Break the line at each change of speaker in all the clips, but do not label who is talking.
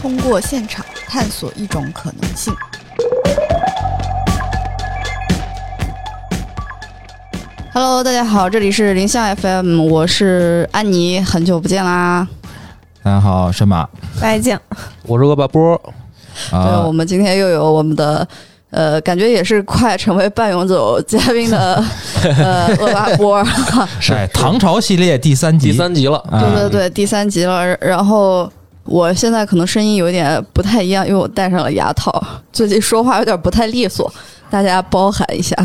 通过现场探索一种可能性。
Hello，大家好，这里是林相 FM，我是安妮，很久不见啦。
大家好，神马，
白酱，
我是恶霸波，
对，
啊
我，们今天又有我们的呃，感觉也是快成为半永久嘉宾 的呃恶霸波，
是
哎唐朝系列第三集，
第三集了，
啊
对对对，第三集了。然后我现在可能声音有点不太一样，因为我戴上了牙套，最近说话有点不太利索，大家包涵一下。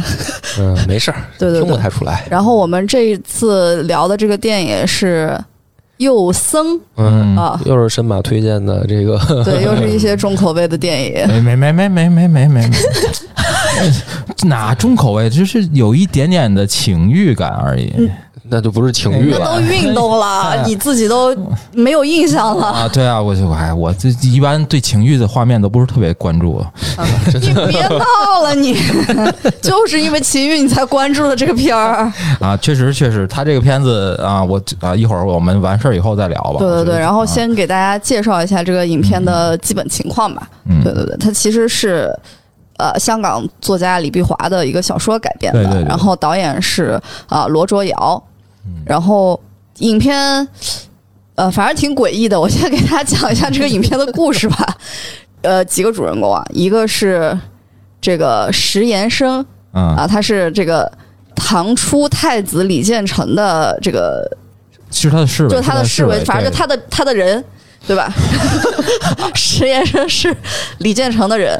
嗯，没事儿，
对对
听不
对。
太出来，
然后我们这一次聊的这个电影是。幼僧
嗯
啊，
又是神马推荐的这个，
对，又是一些重口味的电影。
哎没没没没没没没 没，没哪重口味，就是有一点点的情欲感而已、
嗯
那就不是情欲
那
了，
都运动 了，你自己都没有印象了，
啊。对啊，我就哎，我这一般对情欲的画面都不是特别关注。
你别闹了你， 就是因为秦玉你才关注了这个片儿。
啊，确实确实，他这个片子啊，我啊一会儿我们完事儿以后再聊吧。
对对
我觉
对，
得
然后先给大家介绍一下这个影片的基本情况吧。
嗯
对对对，它其实是呃香港作家李碧华的一个小说改编的，
对对对嗯
然后导演是啊、呃罗卓瑶，然后影片呃反正挺诡异的，我先给大家讲一下这个影片的故事吧。 呃，几个主人公啊，一个是这个石延生
嗯，
啊，他是这个唐初太子李建成的这个
是他的侍卫，
就是他的侍卫，反正就
对
他的他的人，对吧？ 石岩生是李建成的人，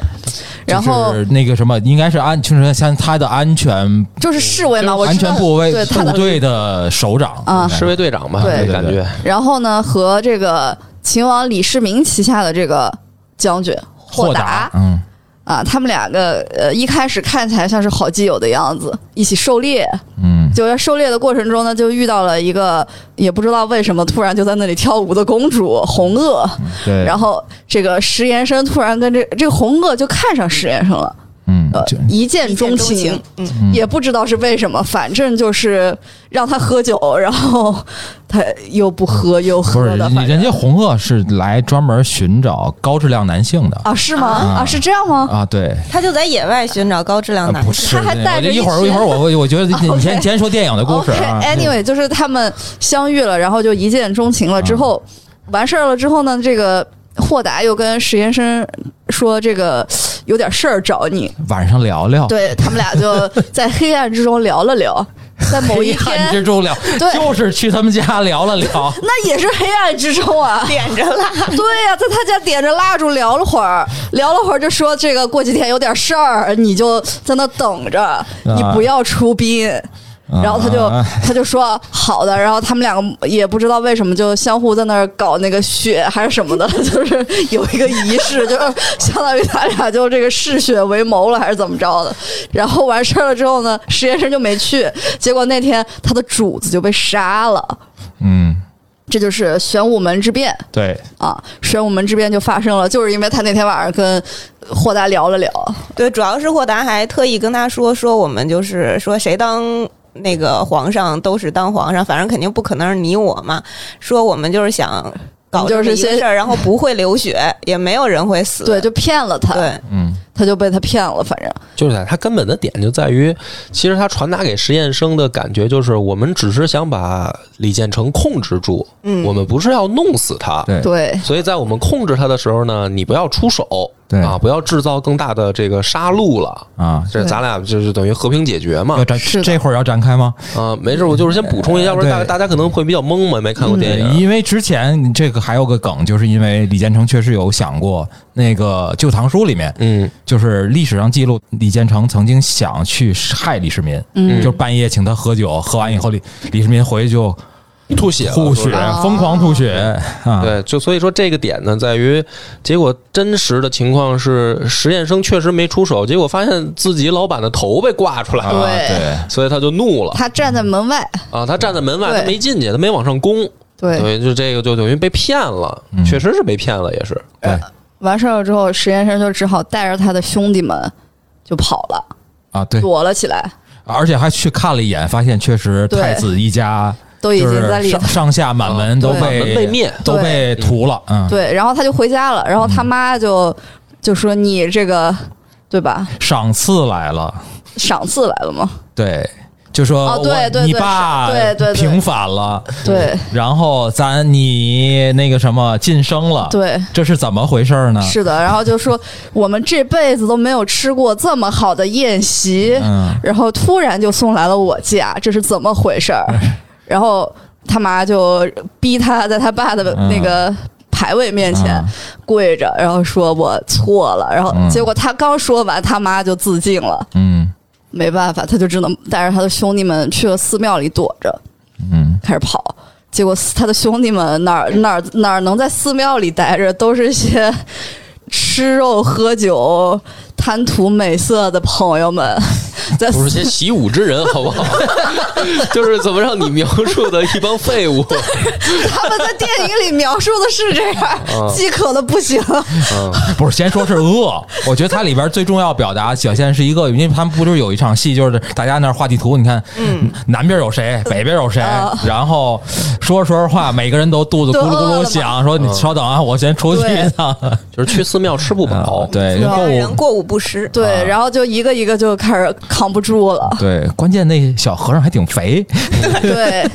然后
就是那个什么，应该是安，就是像他的安全
就是侍卫嘛，我
安
知道
全部位
对他
部
的。
队的首长
啊
应该是
侍卫队长吧，
对
这感觉
然后呢，和这个秦王李世民旗下的这个将军
豁
豁达
嗯，
啊，他们两个呃一开始看起来像是好基友的样子，一起狩猎。
嗯，
就在狩猎的过程中呢，就遇到了一个也不知道为什么突然就在那里跳舞的公主红萼。
对，
然后这个石延生突然跟这这个红萼就看上石延生了。
嗯，
呃
就，
一见钟
一见
情
钟，嗯，
嗯
也不知道是为什么，反正就是让他喝酒，然后他又不喝又
不
喝
是
的，
人
反
人
正
家红萼是来专门寻找高质量男性的
啊是吗？
啊
啊是这样吗？
啊，对，
他就在野外寻找高质量
啊
男
不
性。
是，
哦他还
那
带着
我就一
一
会儿
群
一会儿我我我觉得 你
OK
先先说电影的故事啊，
OK，Anyway，、就是他们相遇了，然后就一见钟情了。之后、
啊
完事儿了之后呢，这个豁达又跟石岩生说这个有点事儿找你，
晚上聊聊，
对他们俩就在黑暗之中聊了聊，在某一
黑暗
天，
之中聊，
对
就是去他们家聊了聊，
那也是黑暗之中啊。
点着蜡，
对呀、在他家点着蜡烛聊了会儿，聊了会儿就说这个过几天有点事儿，你就在那等着，你不要出殡。 然后他就
啊
他就说好的，然后他们两个也不知道为什么就相互在那儿搞那个血还是什么的， 就是有一个仪式，就是相当于他俩就这个嗜血为谋了还是怎么着的。然后完事儿了之后呢，实验生就没去，结果那天他的主子就被杀了，
嗯，
这就是玄武门之变。
对，
啊，玄武门之变就发生了，就是因为他那天晚上跟霍达聊了聊，
对，主要是霍达还特意跟他说说我们就是说谁当那个皇上都是当皇上，反正肯定不可能是你我嘛。说我们就是想搞
就是
这么一个
先
事儿，然后不会流血，也没有人会 死。
对，就骗了他，
对，
嗯，
他就被他骗了，反正
就是在他根本的点就在于，其实他传达给实验生的感觉就是，我们只是想把李建成控制住，
嗯
我们不是要弄死他，
对
对
所以在我们控制他的时候呢，你不要出手，
对
啊，不要制造更大的这个杀戮了。
啊，
这咱俩就是等于和平解决嘛
要，展
是的
这会儿要展开吗？
啊，没事，我就是先补充一下，要不然大
对
大家可能会比较懵嘛，没看过电
啊
影，
因为之前这个还有个梗，就是因为李建成确实有想过那个《旧唐书》里面，
嗯，
就是历史上记录李建成曾经想去害李世民，
嗯
就是半夜请他喝酒，喝完以后李李世民回去就
吐血了，
吐血
说是，
疯狂吐血啊！
对，就所以说这个点呢，在于结果真实的情况是，实验生确实没出手，结果发现自己老板的头被挂出来
啊
了，
对
对，
所以他就怒了
他站在门外，
啊！他站在门外，
对
他没进去，他没往上攻，
对，
等于就这个就等于被骗了，
嗯
确实是被骗了，也是。
完事儿了之后，实验生就只好带着他的兄弟们就跑了，
啊，对，
躲了起来，
而且还去看了一眼，发现确实
对
太子一家
都已
就
经
是
在里头哦
上。上下满门
啊
都
对
满
被
门被灭
都
对
被屠了，嗯，
对，然后他就回家了，然后他妈就就说你这个对吧，
赏赐来了，
赏赐来了嘛？
对，就说
哦对
我
对
你
对
爸
是对对对
平反了，
对
然后咱你那个什么晋升了，，
对，
这是怎么回事儿呢？
是的，然后就说我们这辈子都没有吃过这么好的宴席，
嗯，
然后突然就送来了我家，这是怎么回事儿？然后他妈就逼他在他爸的那个牌位面前
嗯
跪着，然后说我错了，然后
嗯
结果他刚说完，他妈就自尽了。
嗯
没办法，他就只能带着他的兄弟们去了寺庙里躲着，
嗯，
开始跑。结果他的兄弟们哪儿哪儿哪儿能在寺庙里待着，都是一些吃肉喝酒、贪图美色的朋友们，在
不
寺
是些习武之人，好不 好？就是怎么让你描述的一帮废 物，
他们在电影里描述的是这样
嗯，
饥渴的不行。
嗯，
不是，先说是饿，我觉得它里边最重要表达表现是一个，因为他们不就是有一场戏，就是大家那儿画地图，你看，嗯，南边 有谁，北边有谁，
啊
然后说着说着话，每个人都肚子
都
咕噜咕
饿了
噜
嘛
响，说你
嗯
稍等啊，我先出去一趟，
就是去寺庙吃 不饱
啊，对，
让人
够。
过午不食。
对，
嗯
然后就一个一个就开始扛不住了。
对，关键那小和尚还挺肥，
对，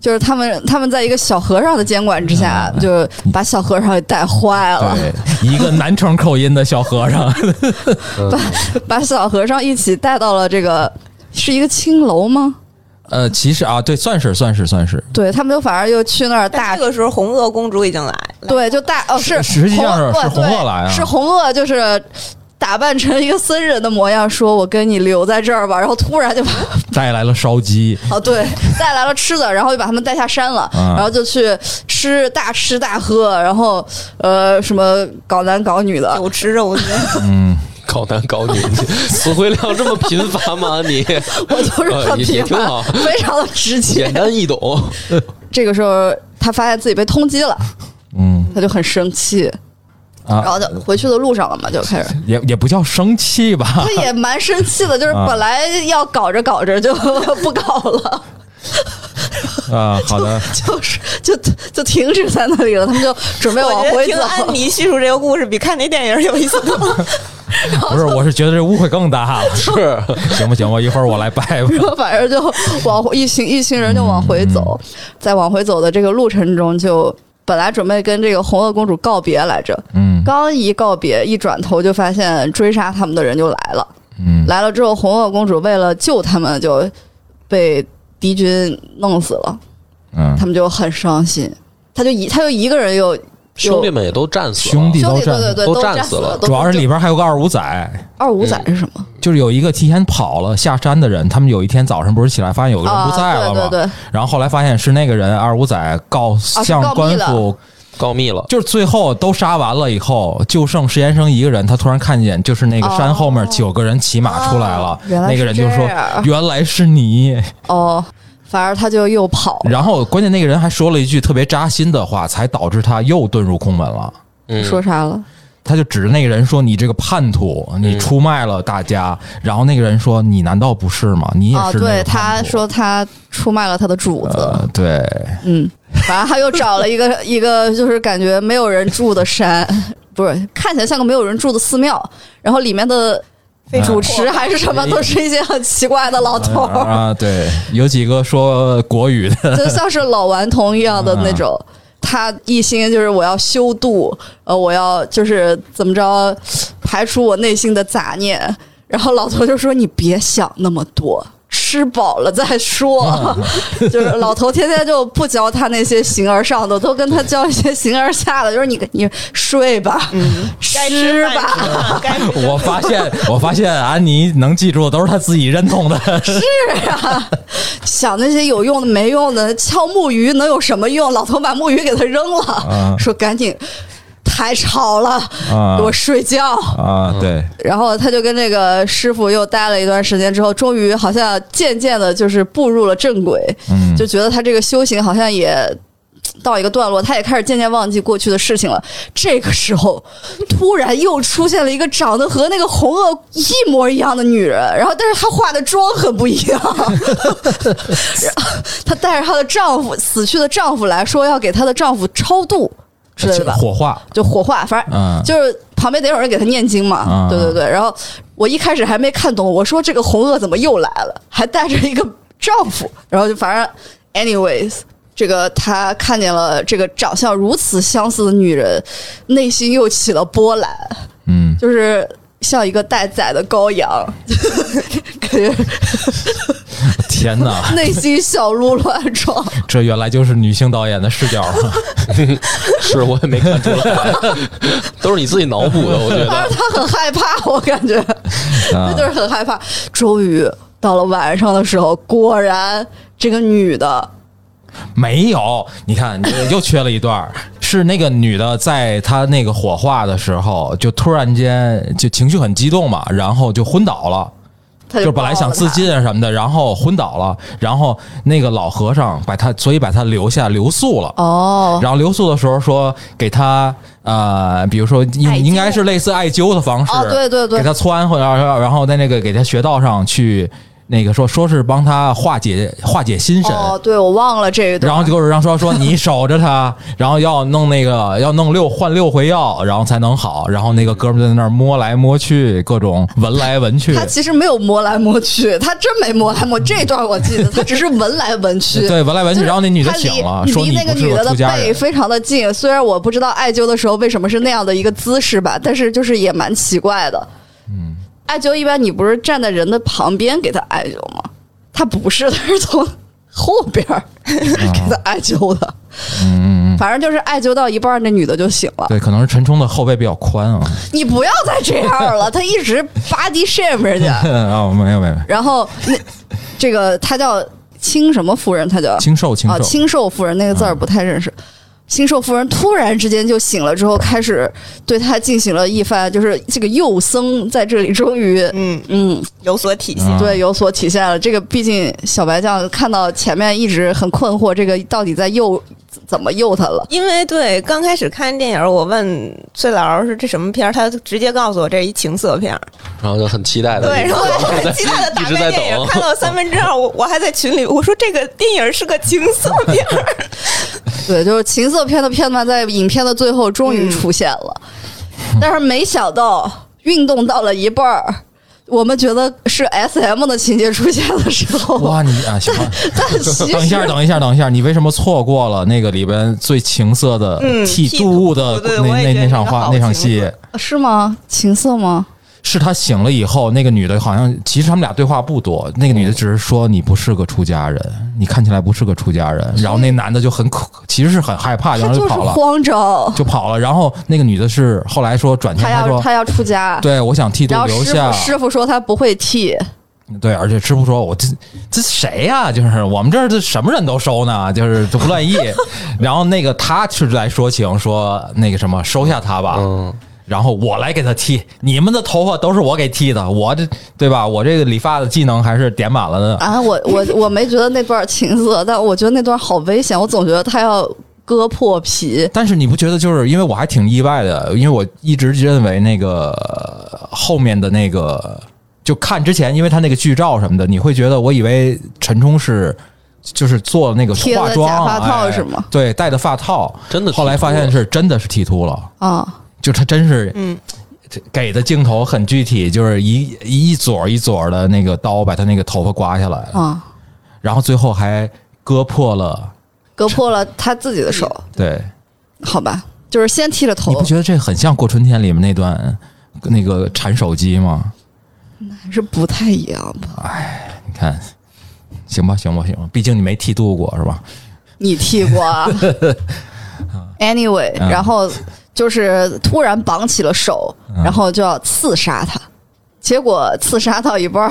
就是他们他们在一个小和尚的监管之下，
嗯
就把小和尚给带坏了，
对，一个南城口音的小和 尚，嗯
把小和尚一起带到了这个是一个青楼吗？
呃，其实啊，对，算是算是算是，
对他们就反而又去那儿
但
大
哎这。个时候，红萼公主已经来了。
对，就大哦，是
实际上是
红
是红萼
对
来啊
是红萼就是打扮成一个僧人的模样，说我跟你留在这儿吧，然后突然就把
带来了烧鸡，
哦，对，带来了吃的，然后就把他们带下山了，
啊
然后就去吃大吃大喝，然后呃什么搞男搞女的，
酒池 肉林，
嗯，
搞男搞女，你词汇量这么贫乏吗？你
我就是
呃
很
也
疲
也挺
乏，
好
非常的直接
简。单易懂，
这个时候他发现自己被通缉了，
嗯
他就很生气，
啊
然后就回去的路上了嘛，就开
啊
始。
也也不叫生气吧
他，也蛮生气的，就是
啊
本来要搞着搞着就 不搞了，
啊，好的，
就是就就停止在那里了。他们就准备往
我觉得
回
听
走，
安妮叙述这个故事比看那电影有 意思多了。
不是，我是觉得这误会更大了。
是
行不行吧？我一会儿我来拜吧。
然后反正就往回一群一群人就往回走，
嗯
在往回走的这个路程中就。本来准备跟这个红萼公主告别来着，
嗯
刚一告别，一转头就发现追杀他们的人就来了。
嗯
来了之后，红萼公主为了救他们，就被敌军弄死了，
嗯
他，们就很伤心。他就一他就一个人又
兄弟们也都战死了，
兄弟
兄
都
弟对对
战，
对
都
都
战
战
死了
了，都
主要是
就
里边还有个二五仔，
二五仔是什么？
就是有一个提前跑了下山的人。他们有一天早上不是起来发现有个人
啊，
不在了吗？
对对对，
然后后来发现是那个人二五仔告
啊
向
告密
官
了
府，
告密了，
就是最后都杀完了以后，就剩实验生一个人。他突然看见就是那个山后面九个人骑马出来了，
哦原来
那个人就说
是这样：“
原来是你。”
哦，反而他就又跑了，
然后关键那个人还说了一句特别扎心的话，才导致他又遁入空门了。
嗯，
说啥了？
他就指着那个人说：“你这个叛徒，你出卖了大家。然后那个人说：“你难道不是吗？你也
哦，
是、
对，他。说他出卖了他的主子，
呃，对，
嗯，反正他又找了一个一个就是感觉没有人住的山， 不是看起来像个没有人住的寺庙，然后里面的
啊
非常
主持还是什么，都是一些很奇怪的老头儿，
啊，对，有几个说国语的，
就像是老顽童一样的那种。他一心就是我要修度，呃，我要就是怎么着，排除我内心的杂念。然后老头就说：“你别想那么多，吃饱了再说。 就是老头天天就不教他那些形而上的，都跟他教一些形而下的，就是你你睡吧，
嗯该
吃
吃饭
吧，
吃 饭该吃
我发现，我发现安妮能记住的都是她自己认同 的。
想那些有用的没用的，敲木鱼能有什么用？老头把木鱼给他扔了，
啊
说赶紧，太吵了，
啊
给我睡觉。
啊，对，
然后他就跟这个师傅又待了一段时间之后，终于好像渐渐的就是步入了正轨，
嗯，
就觉得他这个修行好像也到一个段落，他也开始渐渐忘记过去的事情了。这个时候，突然又出现了一个长得和那个红萼一模一样的女人，然后但是她化的妆很不一样，然后她带着她的丈夫死去的丈夫来说要给她的丈夫超度之类的吧，
火化，
就火化，反正
嗯，
就是旁边得有人给他念经嘛，
啊
对对对。然后我一开始还没看懂，我说这个红萼怎么又来了，还带着一个丈夫，然后就反正，anyways，这个他看见了这个长相如此相似的女人，内心又起了波澜，
嗯，
就是像一个待宰的羔羊， 感觉
天哪，
内心小鹿乱撞。
这原来就是女性导演的视角啊，
是我也没看出来， 都是你自己脑补的，我觉
但
得。
是他很害怕， 我感觉。
啊
那就是很害怕。终于到了晚上的时候，果然这个女的，
没有，你看，你又缺了一段儿， 是那个女的在她那个火化的时候，就突然间就情绪很激动嘛，然后就昏倒了，
她
就本来想自尽啊什么的，然后昏倒了，然后那个老和尚把她，所以把她留下留宿了。
哦，
然后留宿的时候说给她呃，比如说
艾灸
应应该是类似艾灸的方式，
哦对对对
给她穿回来，然后然后在那个给她穴道上去那个说说是帮她化解化解心神，
哦，对我忘了这一段，
然后就跟我让说说你守着他，然后要弄那个要弄六换六回药，然后才能好。然后那个哥们儿在那儿摸来摸去，各种闻来闻去
她。其实没有摸来摸去，她真没摸来摸，这段我记得，她只是闻来闻 去。
对，闻来闻去，
就是
然哎后那女的
她离
醒了，说
离
你
那个
不是
女
我
的的
出家
背
人。
非常的近，虽然我不知道艾灸的时候为什么是那样的一个姿势吧，但是就是也蛮奇怪的。嗯，艾灸一般你不是站在人的旁边给她艾灸吗？她不是，她是从后边
啊
儿 给她艾灸的。嗯，反正就是艾灸到一半儿，那女的就醒了。
对，可能是陈冲的后背比较宽啊。
你不要再这样了，她一直 body shame 人家。
哦，没有没有，没有
然后那这个她叫清什么夫人，她叫
清瘦清
啊
瘦，
清寿夫人那个字儿不太认识。清寿夫人突然之间就醒了，之后开始对她进行了一番，就是这个幼僧在这里终于，
嗯，
嗯，
有所体现。
嗯
对，有所体现了。这个毕竟小白酱看到前面一直很困惑，这个到底在诱怎么诱他了？
因为对刚开始看电影，我问翠老师是这什么片儿，他直接告诉我这是一情色片儿。
然后就很期待的，
对，然后我很期待的打
一直
开
在
电
等
影，看到三分之二，我我还在群里我说这个电影是个情色片儿。
对，就是情色片的片段在影片的最后终于出现了，
嗯
但是没想到运动到了一半儿，我们觉得是 S M 的情节出现的时候，
哇，你啊，行吧。
但其 实
等一下，等一下，等一下，你为什么错过了那个里边最情色的
嗯
剃
剃
度
度
的
对
那
我也
那
觉得
那场
那个
话
好
那场
情
戏？
色
是吗？情色吗？
是他醒了以后，那个女的好像其实他们俩对话不多，那个女的只是说你不是个出家人，你看起来不是个出家人。然后那男的就很可，其实是很害怕，
他
然后
就是
跑了，
慌张，
就跑了。然后那个女的是后来说转天
他
她
要
说，
他要出家。
对我想剃度
然后
留
师
下
傅，师傅说他不会剃，
对，而且师傅说我这这谁呀、就是我们这儿这什么人都收呢，就是就不愿意。 然后那个他是来说情，说那个什么收下他吧，
嗯，
然后我来给他剃，你们的头发都是我给剃的，我这对吧？我这个理发的技能还是点满了的。
啊，我我我没觉得那段情色，但我觉得那段好危险，我总觉得他要割破皮。
但是你不觉得就是因为我还挺意外的，因为我一直认为那个呃后面的那个就看之前，因为他那个剧照什么的，你会觉得我以为陈冲是就是做那个
贴了
化妆啊、
假发套
哎
是吗
对，戴的发套，
真的剃秃
后来发现是真的是剃秃了。
啊，
就他真是，
嗯
这，给的镜头很具体，就是一一撮一撮的那个刀把他那个头发刮下来了，
啊，
然后最后还割破了。
割破了他自己的手，
对，
好吧，就是先剃了头
你不，觉得这很像《过春天》里面那段那个缠手机吗？
还是不太一样吧？
你看，行吧，行吧，行吧，毕竟你没剃度过是吧？
你剃过啊 ？Anyway，
嗯
然后就是突然绑起了手，
嗯
然后就要刺杀他。结果刺杀到一半儿，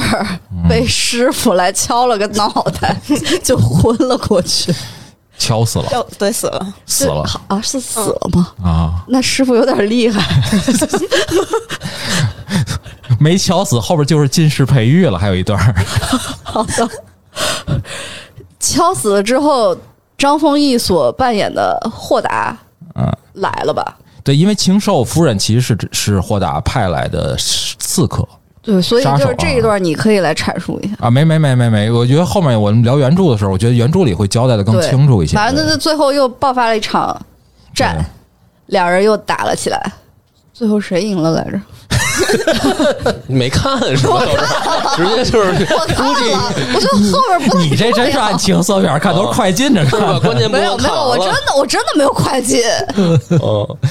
嗯
被师傅来敲了个脑 袋，就昏了过去。
敲死了，
就对死了，
死了
啊，是死了吗？
啊！
那师傅有点厉害，
没敲死，后边就是进士培育了，还有一段儿
敲死了之后，张丰毅所扮演的霍达
嗯，
来了吧？
对，因为禽兽夫人其实是只是霍达派来的刺客
对，所以
杀
就
手啊
是这一段你可以来阐述一下。
啊，没没没没没，我觉得后面我们聊原著的时候，我觉得原著里会交代的更
对
清楚一些。
反正就是最后又爆发了一场战，两人又打了起来。最后谁赢了来着？
你没看是吧？老师直接就是
我看了，我就后边不
对
太
你这真是按情色片看，都是快进着
哦是
看
吧？
的。
关键不
没有
我
没
看
有，我
完
真
了，
的我真的没有快进。
嗯，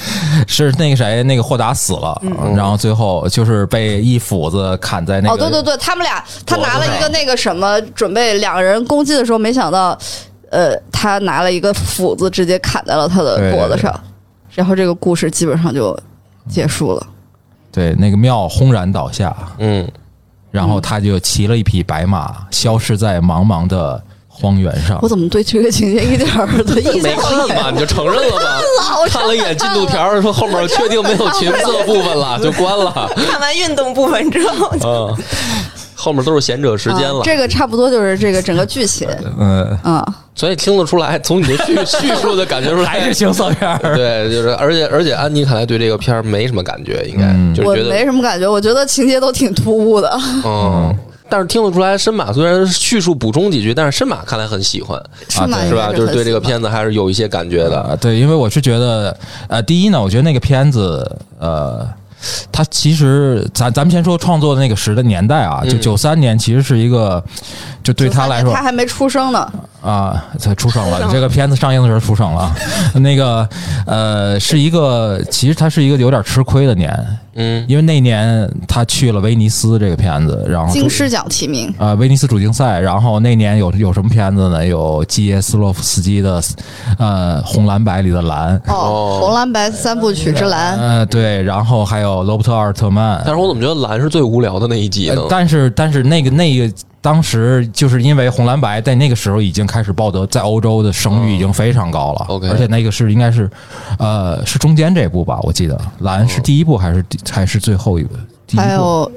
是那个谁，那个霍达死了，然后最后就是被一斧子砍在那
嗯
个。
哦，对对对，他们俩他拿了一
我
个那个什么，准备两个人攻击的时候，没想到，呃，他拿了一个斧子直接砍在了他的脖子上，然后这个故事基本上就结束了。
嗯对那个庙轰然倒下，
嗯，
然后他就骑了一匹白马，消失在茫茫的荒原上
我。怎么对这个情节一点儿 的印
没
象都
看
没有？
吧？你就承认了吧？
老
看了一眼进度条，说后面确定没有群色部分了，就关了。
看完运动部分之后，
嗯，后面都是贤者时间了
啊，这个差不多就是这个整个剧情。
嗯，
嗯，
所以听得出来，从你的叙叙述的感觉出
还是
来，
情色片儿。
对，就是而且而且安妮看来对这个片儿没什么感觉，应该
嗯
就是
我
觉得
没什么感觉，我觉得情节都挺突兀 的。
嗯，但是听得出来，申马虽然叙述补充几句，但是申马看来很喜欢，
是吗？
啊对
是吧？就是对这个
子。
片子还是有一些感觉的。
呃，对，因为我是觉得，呃，第一呢，我觉得那个片子，呃，它其实咱咱们先说创作的那个时的年代啊，就
嗯
九三年，其实是一个，就对他来说
他还没出生呢，
啊，他出生了，你这个片子上映的时候出生了啊， 那个呃，是一个，其实它是一个有点吃亏的年，
嗯
因为那年他去了威尼斯这个片子，然后
金狮奖提名。
呃，威尼斯主竞赛，然后那年有有什么片子呢？有基耶斯洛夫斯基的，呃，《红蓝白》里的蓝，
哦
哦，红蓝白三部曲之蓝，
呃，对，然后还有罗伯特·奥尔特曼，
嗯
但是我怎么觉得蓝是最无聊的那一集呢
呃？但是但是那个那个当时就是因为红蓝白在那个时候已经开始报得在欧洲的声誉已经非常高了、
OK
而且那个是应该是呃是中间这一部吧，我记得蓝是第一部还是、第还是最后一部？第一部
还有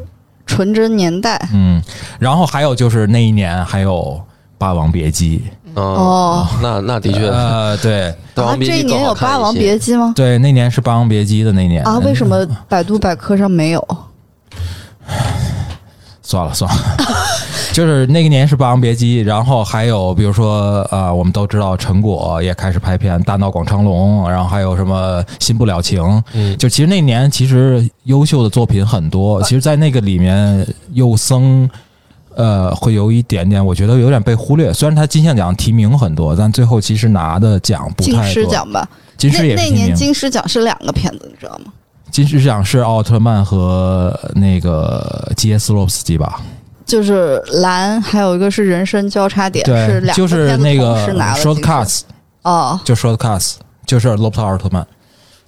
纯真年代。
嗯，然后还有就是那一年还有《霸王别姬
哦，
哦，
那那的》，确，
呃，嗯对
霸
啊，
王别
这
姬
一
更
年有
好
《
看
霸王
一些
别姬》吗？
对，那年是《霸王别姬》的那年
啊，为什
嗯
么百度百科上没有？
算了算了， 就是那个年是《霸王别姬》，然后还有比如说呃，我们都知道陈果也开始拍片《大闹广昌隆》，然后还有什么《新不了情》，
嗯
就其实那年其实优秀的作品很多，其实，在那个里面，幼僧。呃，会有一点点，我觉得有点被忽略。虽然他金像奖提名很多，但最后其实拿的奖不太
金
多。
狮，奖吧，
金
那
狮也是
那
提名
年。金狮奖是两个片子，你知道吗？
金狮奖是奥特曼和那个基耶斯洛夫斯基吧？
就是蓝，还有一个是人生交叉点，是
对，
两
就
个
是
片子
那
同
个
时拿了
short
金狮
cuts，
哦，
就 short cuts，就是罗伯特奥尔特曼。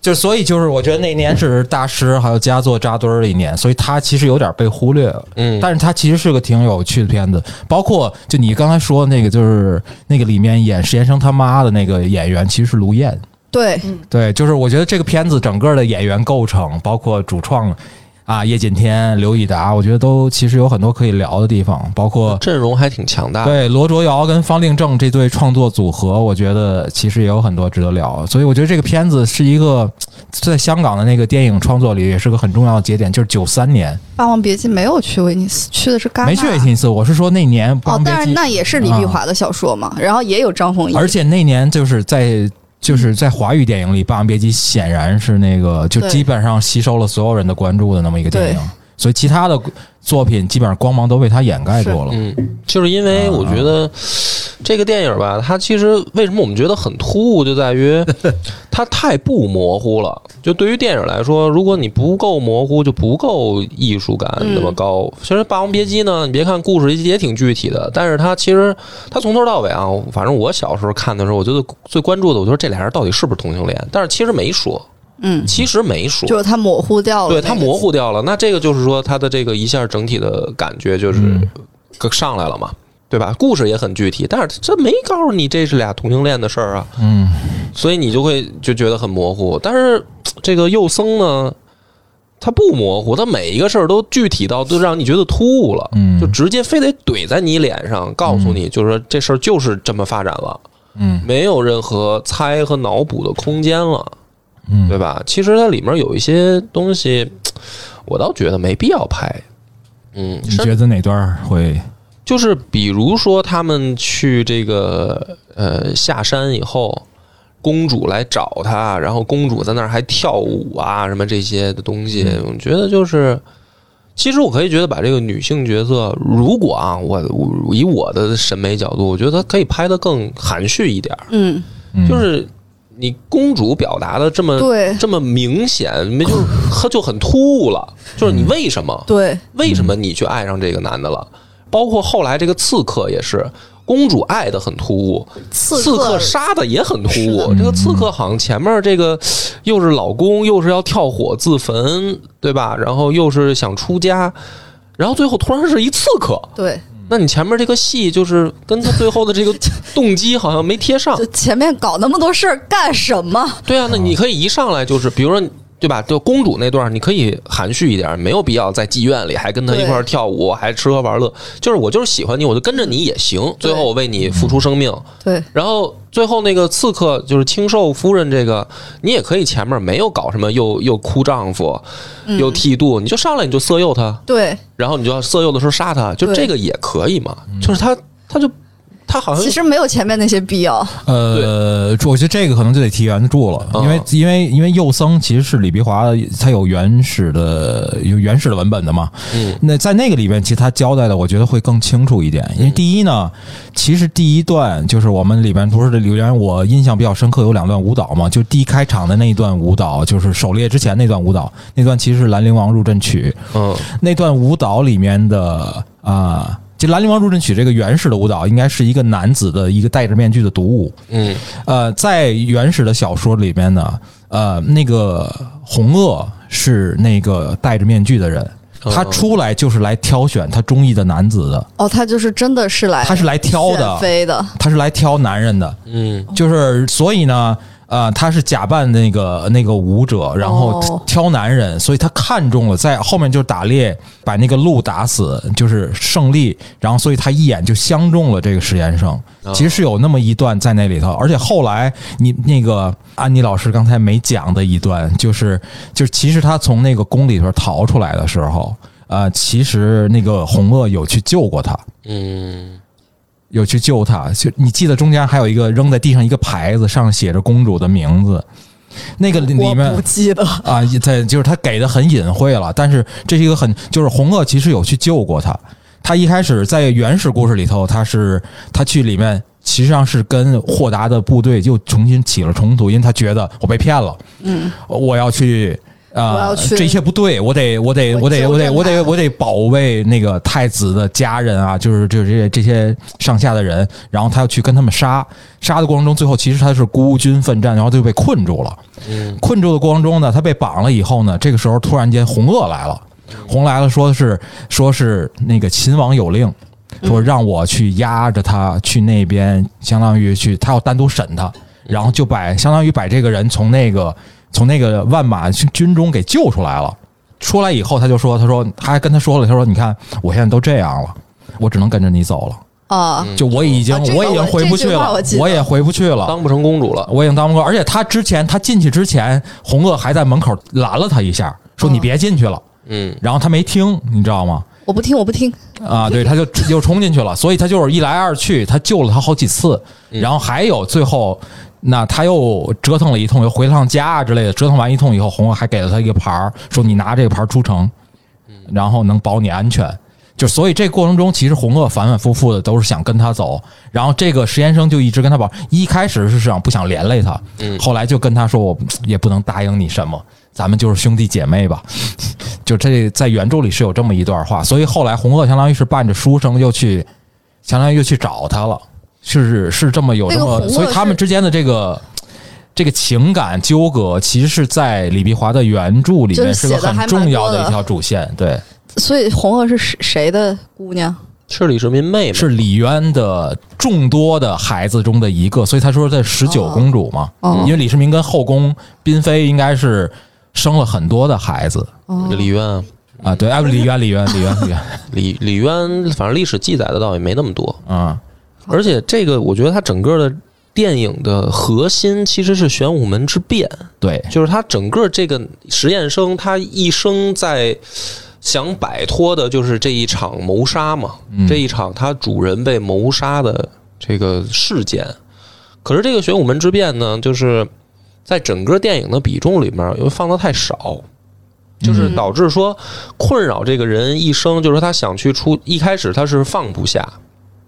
就所以就是，我觉得那年是大师还有佳作扎堆儿的一年，所以他其实有点被忽略了。
嗯，
但是它其实是个挺有趣的片子，包括就你刚才说那个，就是那个里面演实验生他妈的那个演员，其实是卢燕。
对，
对，就是我觉得这个片子整个的演员构成，包括主创啊叶锦添、刘以达，我觉得都其实有很多可以聊的地方，包括。
阵容还挺强
啊
大的。
对罗卓瑶跟方令正这对创作组合，我觉得其实也有很多值得聊，所以我觉得这个片子是一个在香港的那个电影创作里也是个很重要的节点，就是九三年，
《霸王别姬》没有去威尼斯，去的是戛纳。
没去威尼斯，我是说那年《霸
哦
王，别
但是
姬
那也是李
啊
碧华的小说嘛，然后也有张丰毅，
而且那年就是在就是在华语电影里，《霸王别姬》显然是那个就
对
基本上吸收了所有人的关注的那么一个电影
对，
所以其他的作品基本上光芒都被它掩盖住了。
嗯，就是因为我觉得这个电影吧，它其实为什么我们觉得很突兀，就在于它太不模糊了。就对于电影来说，如果你不够模糊，就不够艺术感那么高。其实《霸王别姬》呢，你别看故事也挺具体的，但是它其实它从头到尾啊，反正我小时候看的时候，我觉得最关注的，我觉得这俩人到底是不是同性恋，但是其实没说，
嗯，
其实没说，
就是他模糊掉了那
对，
个，
它模糊掉了。那这个就是说，它的这个一下整体的感觉就是
嗯
更上来了嘛，对吧？故事也很具体，但是这没告诉你这是俩同性恋的事儿啊，
嗯，
所以你就会就觉得很模糊。但是这个幼僧呢，他不模糊，他每一个事儿都具体到都让你觉得突兀了，
嗯
就直接非得怼在你脸上，告诉你，就是说这事儿就是这么发展了。
嗯
没有任何猜和脑补的空间了，对
嗯，
吧？其实它里面有一些东西，我倒觉得没必要拍。嗯，
你
甚
觉得哪段儿会？
就是比如说他们去这个呃下山以后，公主来找他，然后公主在那儿还跳舞啊什么这些的东西，
嗯
我觉得就是。其实我可以觉得把这个女性角色，如果啊，我我以我的审美角度，我觉得她可以拍得更含蓄一点儿，
嗯，
嗯
就是你公主表达的这么
对
这么明显，没就她就很突兀了，就是你为什么？
对，
为什么你去爱上这个男的了？包括后来这个刺客也是，公主爱的很突兀，
刺
刺客杀的也很突兀。这个刺客好像前面这个又是老公，又是要跳火自焚，对吧？然后又是想出家，然后最后突然是一刺客。
对，
那你前面这个戏就是跟他最后的这个动机好像没贴上
就，前面搞那么多事儿干什么？
对啊，那你可以一上来就是，比如说。对吧？就公主那段儿，你可以含蓄一点儿，没有必要在妓院里还跟她一块儿跳舞，还吃喝玩乐。就是我就是喜欢你，我就跟着你也行。最后我为你付出生命。
对，
然后最后那个刺客就是青寿夫人，这个你也可以前面没有搞什么又又哭丈夫，
嗯
又剃度，你就上来你就色诱他，
对，
然后你就要色诱的时候杀他，就
对嗯
这个也可以嘛。就是他他就他好像
其实没有前面那些必要。
呃，我觉得这个可能就得提原著了，
嗯
因为因为因为幼僧其实是李碧华的，他有原始的有原始的文本的嘛。
嗯，
那在那个里面，其实他交代的我觉得会更清楚一点。因为第一呢，其实第一段就是我们里面不是留言，我印象比较深刻有两段舞蹈嘛，就第一开场的那一段舞蹈，就是狩猎之前那段舞蹈，那段其实是《兰陵王入阵曲》。
嗯
那段舞蹈里面的啊，这《兰陵王入阵曲》这个原始的舞蹈，应该是一个男子的一个戴着面具的独舞。
嗯
呃，在原始的小说里面呢，呃，那个红萼是那个戴着面具的人，
哦
他出来就是来挑选他中意的男子的，
哦，他就是真的哎是啊来
他是来挑
选
的，
妃的，
他是来挑男人的，
嗯
就是所以呢。呃，他是假扮那个那个舞者，然后
哦
挑男人，所以他看中了，在后面就打猎，把那个鹿打死，就是胜利。然后，所以他一眼就相中了这个实验生。其实是有那么一段在那里头，而且后来你那个安妮老师刚才没讲的一段，就是就是其实他从那个宫里头逃出来的时候，呃，其实那个红萼有去救过他，
嗯
有去救他。就你记得中间还有一个扔在地上一个牌子，上面写着公主的名字，那个里
我
面
不记得。
啊，在就是他给的很隐晦了，但是这是一个很就是红萼其实有去救过他。他一开始在原始故事里头，他是他去里面，其实上是跟霍达的部队又重新起了冲突，因为他觉得我被骗了，嗯，我要去。啊、
我要去
这些不对，我得，我得，
我
我得，
纠
我
正
得，我得，
他
我得保卫那个太子的家人啊，就是就是这些这些上下的人，然后他要去跟他们杀，杀的过程中，最后其实他是孤军奋战，然后他就被困住了。
嗯
困住的过程中呢，他被绑了以后呢，这个时候突然间红萼来了，红来了，说是说是那个秦王有令，说让我去压着他去那边，相当于去他要单独审他，然后就把相当于把这个人从那个从那个万马军中给救出来了。出来以后，他就说：“他说他还跟他说了，他说你看我现在都这样了，我只能跟着你走了。
啊，
嗯
就我已经、
啊这个
我已经
我
回不
这句
去
话
了
我，记得
我也回不去了。
当不成公主了。
我已经当不过，而且他之前他进去之前，红萼还在门口拦了他一下，说你别进去了，
嗯
然后他没听，你知道吗？
我不听，我不听。
啊，对，他就又冲进去了，所以他就是一来二去，他救了他好几次，
嗯
然后还有最后，那他又折腾了一通，又回趟家啊之类的，折腾完一通以后，红萼还给了他一个牌儿，说你拿这个牌儿出城，然后能保你安全。就所以这个过程中，其实红萼反反复复的都是想跟他走，然后这个实验生就一直跟他保，一开始是想不想连累他，
嗯
后来就跟他说我也不能答应你什么，咱们就是兄弟姐妹吧。 就这在原著里是有这么一段话，所以后来红萼相当于是伴着书生又去，相当于又去找他了，是是这么有这
那个
么，
红萼
所以他们
是
之间的这个。这个情感纠葛其实是在李碧华的原著里
就是
面是个
写得
很
还蛮
重要
多
的
的
一条主线，对，
所以红萼是谁谁的姑娘？
是李世民妹妹，
是李渊的众多的孩子中的一个，所以他说这十九
哦
公主嘛，
哦
因为李世民跟后宫嫔妃应该是生了很多的孩子
哦，
李渊啊，
啊，对，哎，不李渊，李渊，李渊，李渊，
李李
啊
渊，反正历史记载的倒也没那么多，
嗯，
而且这个我觉得他整个的电影的核心其实是玄武门之变，
对，
就是他整个这个实验生，他一生在想摆脱的就是这一场谋杀嘛，
嗯
这一场他主人被谋杀的这个事件。可是这个玄武门之变呢，就是在整个电影的比重里面，因为放的太少。
嗯
嗯
就是导致说困扰这个人一生，就是他想去出，一开始他是放不下，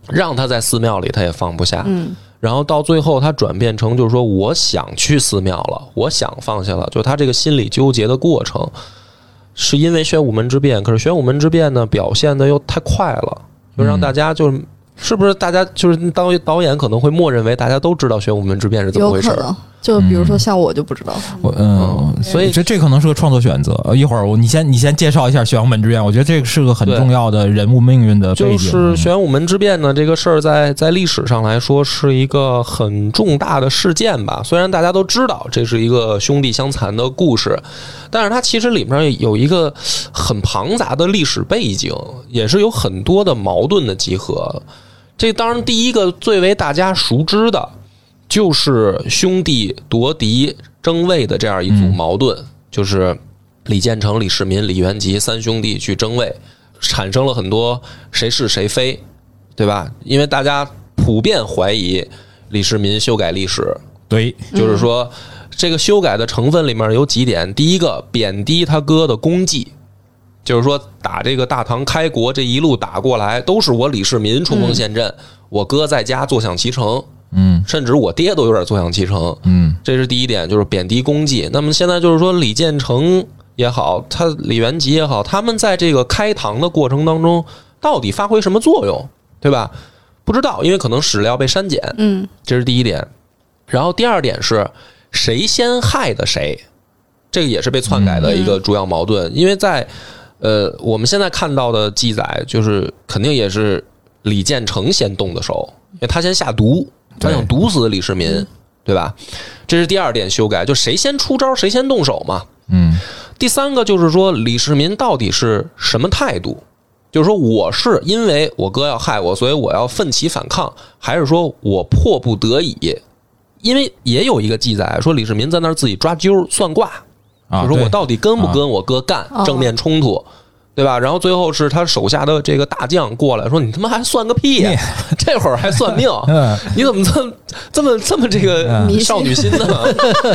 让他在寺庙里他也放不下，
嗯
然后到最后，他转变成就是说，我想去寺庙了，我想放下了，就他这个心理纠结的过程，是因为玄武门之变。可是玄武门之变呢，表现的又太快了，
嗯
就让大家就是、是不是大家就是当导演可能会默认为大家都知道玄武门之变是怎么
有
回事
可
儿，嗯
能。就比如说像我就不知道，
我嗯，
所以
这这可能是个创作选择。呃一会儿我你先你先介绍一下玄武门之变，我觉得这个是个很
对
重要的人物命运的背
就
景。
是玄武门之变呢，这个事儿在在历史上来说是一个很重大的事件吧。虽然大家都知道这是一个兄弟相残的故事，但是它其实里面有一个很庞杂的历史背景，也是有很多的矛盾的集合。这当然第一个最为大家熟知的，就是兄弟夺嫡争位的这样一组
嗯
矛盾，就是李建成、李世民、李元吉三兄弟去争位，产生了很多谁是谁非，对吧？因为大家普遍怀疑李世民修改历史，
嗯对，
就是说这个修改的成分里面有几点：第一个，贬低他哥的功绩。就是说，打这个大唐开国这一路打过来，都是我李世民冲锋陷阵，我哥在家坐享其成，
嗯
甚至我爹都有点坐享其成。
嗯
这是第一点，就是贬低功绩。那么现在就是说，李建成也好，他李元吉也好，他们在这个开膛的过程当中，到底发挥什么作用，对吧？不知道，因为可能史料被删减，
嗯，
这是第一点。然后第二点是谁先害的谁，这个也是被篡改的一个主要矛盾，因为在呃我们现在看到的记载，就是肯定也是李建成先动的手，因为他先下毒，他
对
想毒死李世民，对吧？这是第二点修改，就谁先出招谁先动手嘛。
嗯
第三个就是说，李世民到底是什么态度？就是说，我是因为我哥要害我，所以我要奋起反抗，还是说我迫不得已？因为也有一个记载说，李世民在那儿自己抓阄算卦，
啊，
就说我
对
到底跟不跟我哥干
啊
正面冲突，对吧？然后最后是他手下的这个大将过来说：“你他妈还算个屁呀、这会儿还算命，
嗯
你怎么这么这么这么这个
嗯
少女心呢？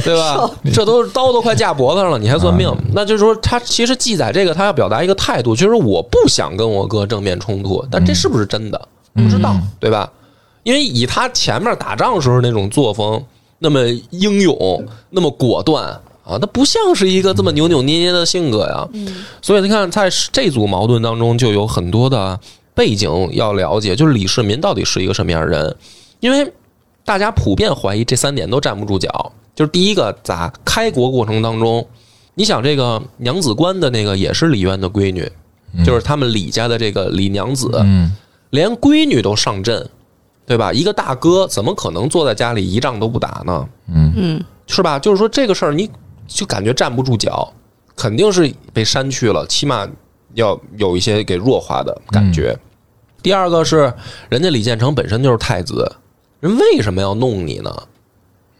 对吧？这都是刀都快架脖子上了，你还算命？那就是说，他其实记载这个，他要表达一个态度，就是我不想跟我哥正面冲突，但这是不是真的？
嗯
不知道，
嗯
对吧？因为以他前面打仗时候那种作风，那么英勇，那么果断啊，他不像是一个这么扭扭捏捏的性格呀。
嗯
所以你看，在这组矛盾当中，就有很多的背景要了解，就是李世民到底是一个什么样的人，因为大家普遍怀疑这三点都站不住脚。就是第一个，在开国过程当中，你想这个娘子关的那个也是李渊的闺女，就是他们李家的这个李娘子，
嗯
连闺女都上阵，对吧？一个大哥怎么可能坐在家里一仗都不打呢？
嗯
嗯，
是吧？就是说这个事儿，你就感觉站不住脚，肯定是被删去了，起码要有一些给弱化的感觉。第二个是，人家李建成本身就是太子，人为什么要弄你呢？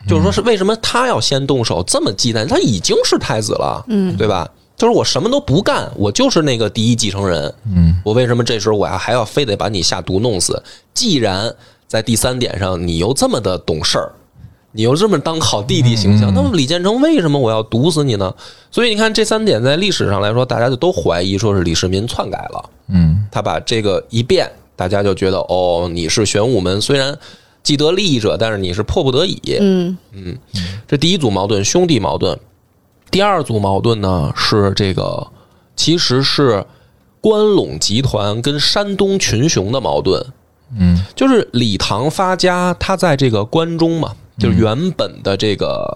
就是说是为什么他要先动手，这么忌惮？他已经是太子了，嗯，对吧？就是我什么都不干，我就是那个第一继承人，
嗯
我为什么这时候我要还要非得把你下毒弄死？既然在第三点上你又这么的懂事儿，你又这么当好弟弟形象，那么李建成为什么我要毒死你呢？所以你看这三点在历史上来说，大家就都怀疑说是李世民篡改了，
嗯
他把这个一变，大家就觉得哦，你是玄武门，虽然既得利益者，但是你是迫不得已，
嗯，
这第一组矛盾，兄弟矛盾。第二组矛盾呢是这个，其实是关陇集团跟山东群雄的矛盾。
嗯
就是李唐发家，他在这个关中嘛，就是原本的这个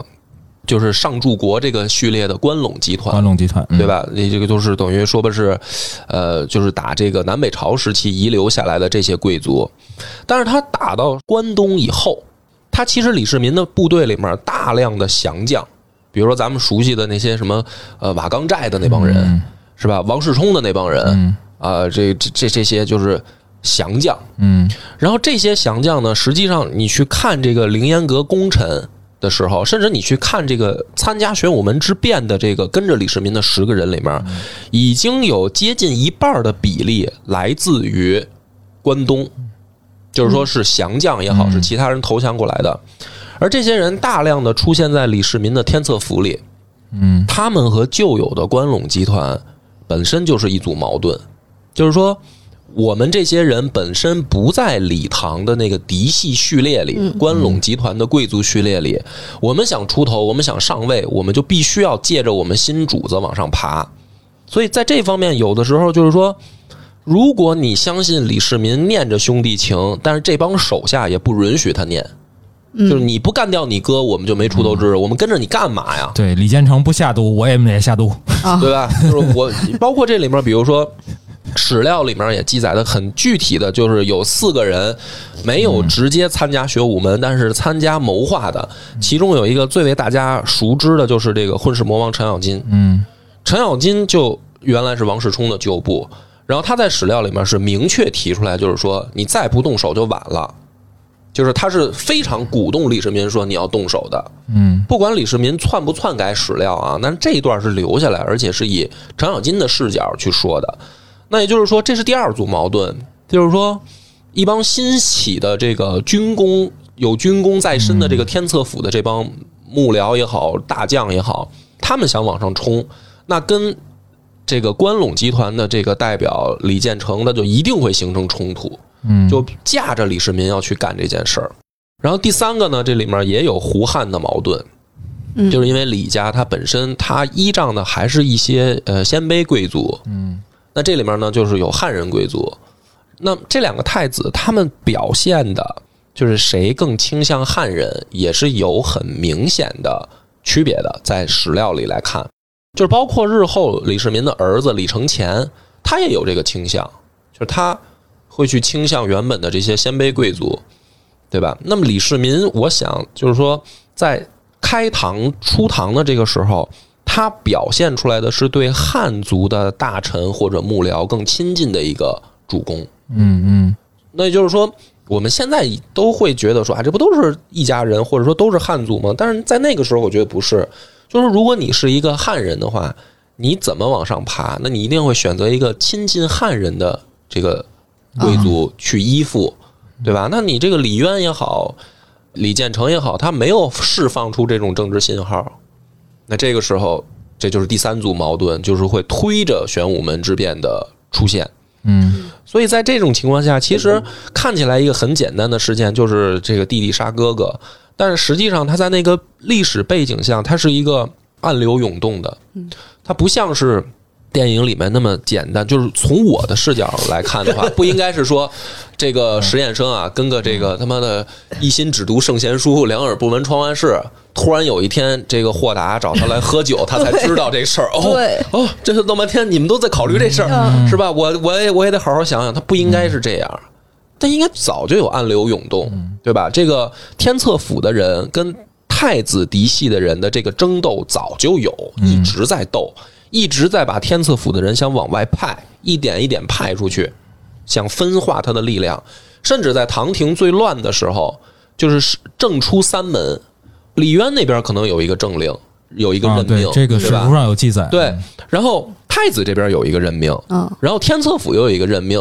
就是上柱国这个序列的关陇集
关
团，
陇集团嗯
对？吧？你这个就是等于说的是，呃，就是打这个南北朝时期遗留下来的这些贵族，但是他打到关东以后，他其实李世民的部队里面大量的降将，比如说咱们熟悉的那些什么呃瓦岗寨的那帮人，
嗯
是吧？王世充的那帮人，
嗯
啊、这这这这些就是降将。
嗯
然后这些降将呢，实际上你去看这个凌烟阁功臣的时候，甚至你去看这个参加玄武门之变的这个跟着李世民的十个人里面，已经有接近一半的比例来自于关东，就是说是降将也好，
嗯
是其他人投降过来的。而这些人大量的出现在李世民的天策府里，
嗯
他们和旧有的关陇集团本身就是一组矛盾，就是说，我们这些人本身不在李唐的那个嫡系序列里，关陇集团的贵族序列里，我们想出头，我们想上位，我们就必须要借着我们新主子往上爬。所以在这方面，有的时候就是说，如果你相信李世民念着兄弟情，但是这帮手下也不允许他念。
嗯
就是你不干掉你哥，我们就没出头之日。我们跟着你干嘛呀？
对，李建成不下毒，我也得下毒。
啊
对吧？就是我，包括这里面，比如说史料里面也记载的很具体的，就是有四个人没有直接参加学武门，但是参加谋划的，其中有一个最为大家熟知的，就是这个混世魔王程咬金。
嗯
程咬金就原来是王世充的旧部，然后他在史料里面是明确提出来，就是说你再不动手就晚了。就是他是非常鼓动李世民说你要动手的，
嗯
不管李世民篡不篡改史料啊，但这一段是留下来，而且是以程咬金的视角去说的。那也就是说，这是第二组矛盾，就是说一帮新起的这个军功有军功在身的这个天策府的这帮幕僚也好，大将也好，他们想往上冲，那跟这个关陇集团的这个代表李建成，那就一定会形成冲突。
嗯，
就架着李世民要去干这件事儿。然后第三个呢，这里面也有胡汉的矛盾，
嗯
就是因为李家他本身他依仗的还是一些呃鲜卑贵族，
嗯
那这里面呢就是有汉人贵族。那这两个太子他们表现的就是谁更倾向汉人，也是有很明显的区别的，在史料里来看，就是包括日后李世民的儿子李承乾，他也有这个倾向，就是他会去倾向原本的这些鲜卑贵族，对吧？那么李世民，我想就是说，在开唐出唐的这个时候，他表现出来的是对汉族的大臣或者幕僚更亲近的一个主公。
嗯
那也就是说，我们现在都会觉得说啊，这不都是一家人，或者说都是汉族吗？但是在那个时候，我觉得不是。就是如果你是一个汉人的话，你怎么往上爬？那你一定会选择一个亲近汉人的这个贵族去依附，对吧？那你这个李渊也好，李建成也好，他没有释放出这种政治信号，那这个时候，这就是第三组矛盾，就是会推着玄武门之变的出现。
嗯
所以在这种情况下，其实看起来一个很简单的事件，就是这个弟弟杀哥哥，但是实际上它在那个历史背景下，它是一个暗流涌动的，它不像是。电影里面那么简单，就是从我的视角来看的话，不应该是说这个实验生啊，跟个这个他妈的一心只读圣贤书， 两耳不闻窗外事。突然有一天，这个霍达找他来喝酒，他才知道这事儿。哦，
对，
哦，这是弄半天你们都在考虑这事儿、是吧？我我也我也得好好想想，他不应该是这样，他应该早就有暗流涌动，对吧？这个天策府的人跟太子嫡系的人的这个争斗早就有，一直在斗，一直在把天策府的人想往外派，一点一点派出去，想分化他的力量，甚至在唐廷最乱的时候，就是正出三门，李渊那边可能有一个政令。有一
嗯
个
啊，
任命，
对，这个史
对吧
书上有记载。
对，然后太子这边有一个任命，
嗯，
然后天策府又有一个任命，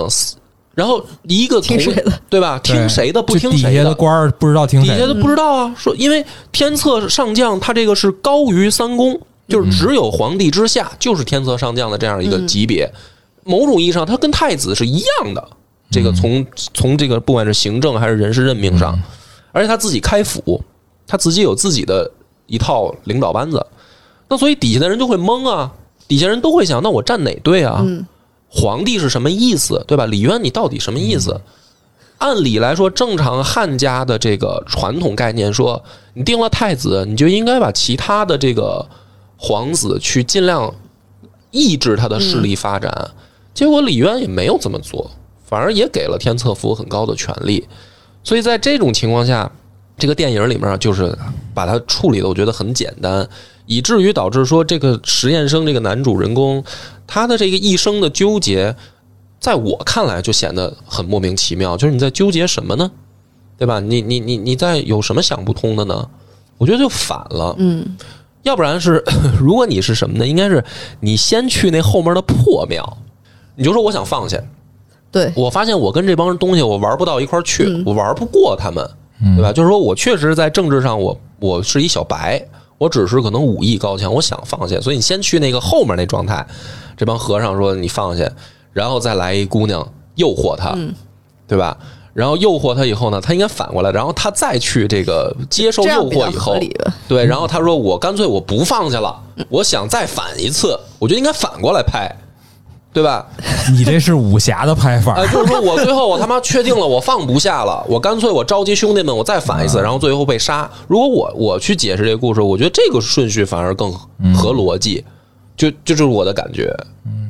然后一个同
听谁的
对吧？
对，
听谁的不
就
听
底
谁
下的官儿不知道听
底
谁
下
的。
都不知道啊。说因为天策上将，他这个是高于三公，
嗯
就是只有皇帝之下，就是天策上将的这样一个级别。某种意义上，他跟太子是一样的。这
嗯
个从从这个不管是行政还是人事任命上，而且他自己开府，他自己有自己的一套领导班子。那所以底下的人就会懵啊，底下人都会想，那我站哪队啊？
嗯
皇帝是什么意思，对吧？李渊你到底什么意思？按理来说，正常汉家的这个传统概念说，你定了太子，你就应该把其他的这个皇子去尽量抑制他的势力发展。结果李渊也没有这么做，反而也给了天策府很高的权力。所以在这种情况下，这个电影里面啊就是把它处理的，我觉得很简单，以至于导致说这个实验生这个男主人公他的这个一生的纠结，在我看来就显得很莫名其妙，就是你在纠结什么呢？对吧？你你你你在有什么想不通的呢？我觉得就反了，
嗯，
要不然是 如果你是什么呢？应该是你先去那后面的破庙，你就说我想放下，
对，
我发现我跟这帮东西我玩不到一块儿去，
嗯
我玩不过他们，对吧？就是说我确实在政治上我我是一小白，我只是可能武艺高强，我想放下，所以你先去那个后面那状态，这帮和尚说你放下，然后再来一姑娘诱惑他，
嗯
对吧？然后诱惑他以后呢，他应该反过来，然后他再去这个接受
这样
诱
比较
惑以
合
后，
理吧？
对，然后他说我干脆我不放下了，我想再反一次，我觉得应该反过来拍，对吧？
你这是武侠的拍法
啊、，就是说我最后我他妈确定了，我放不下了，我干脆我召集兄弟们，我再反
嗯
一次，然后最后被杀。如果我我去解释这个故事，我觉得这个顺序反而更
嗯
合逻辑，就就就是我的感觉。嗯，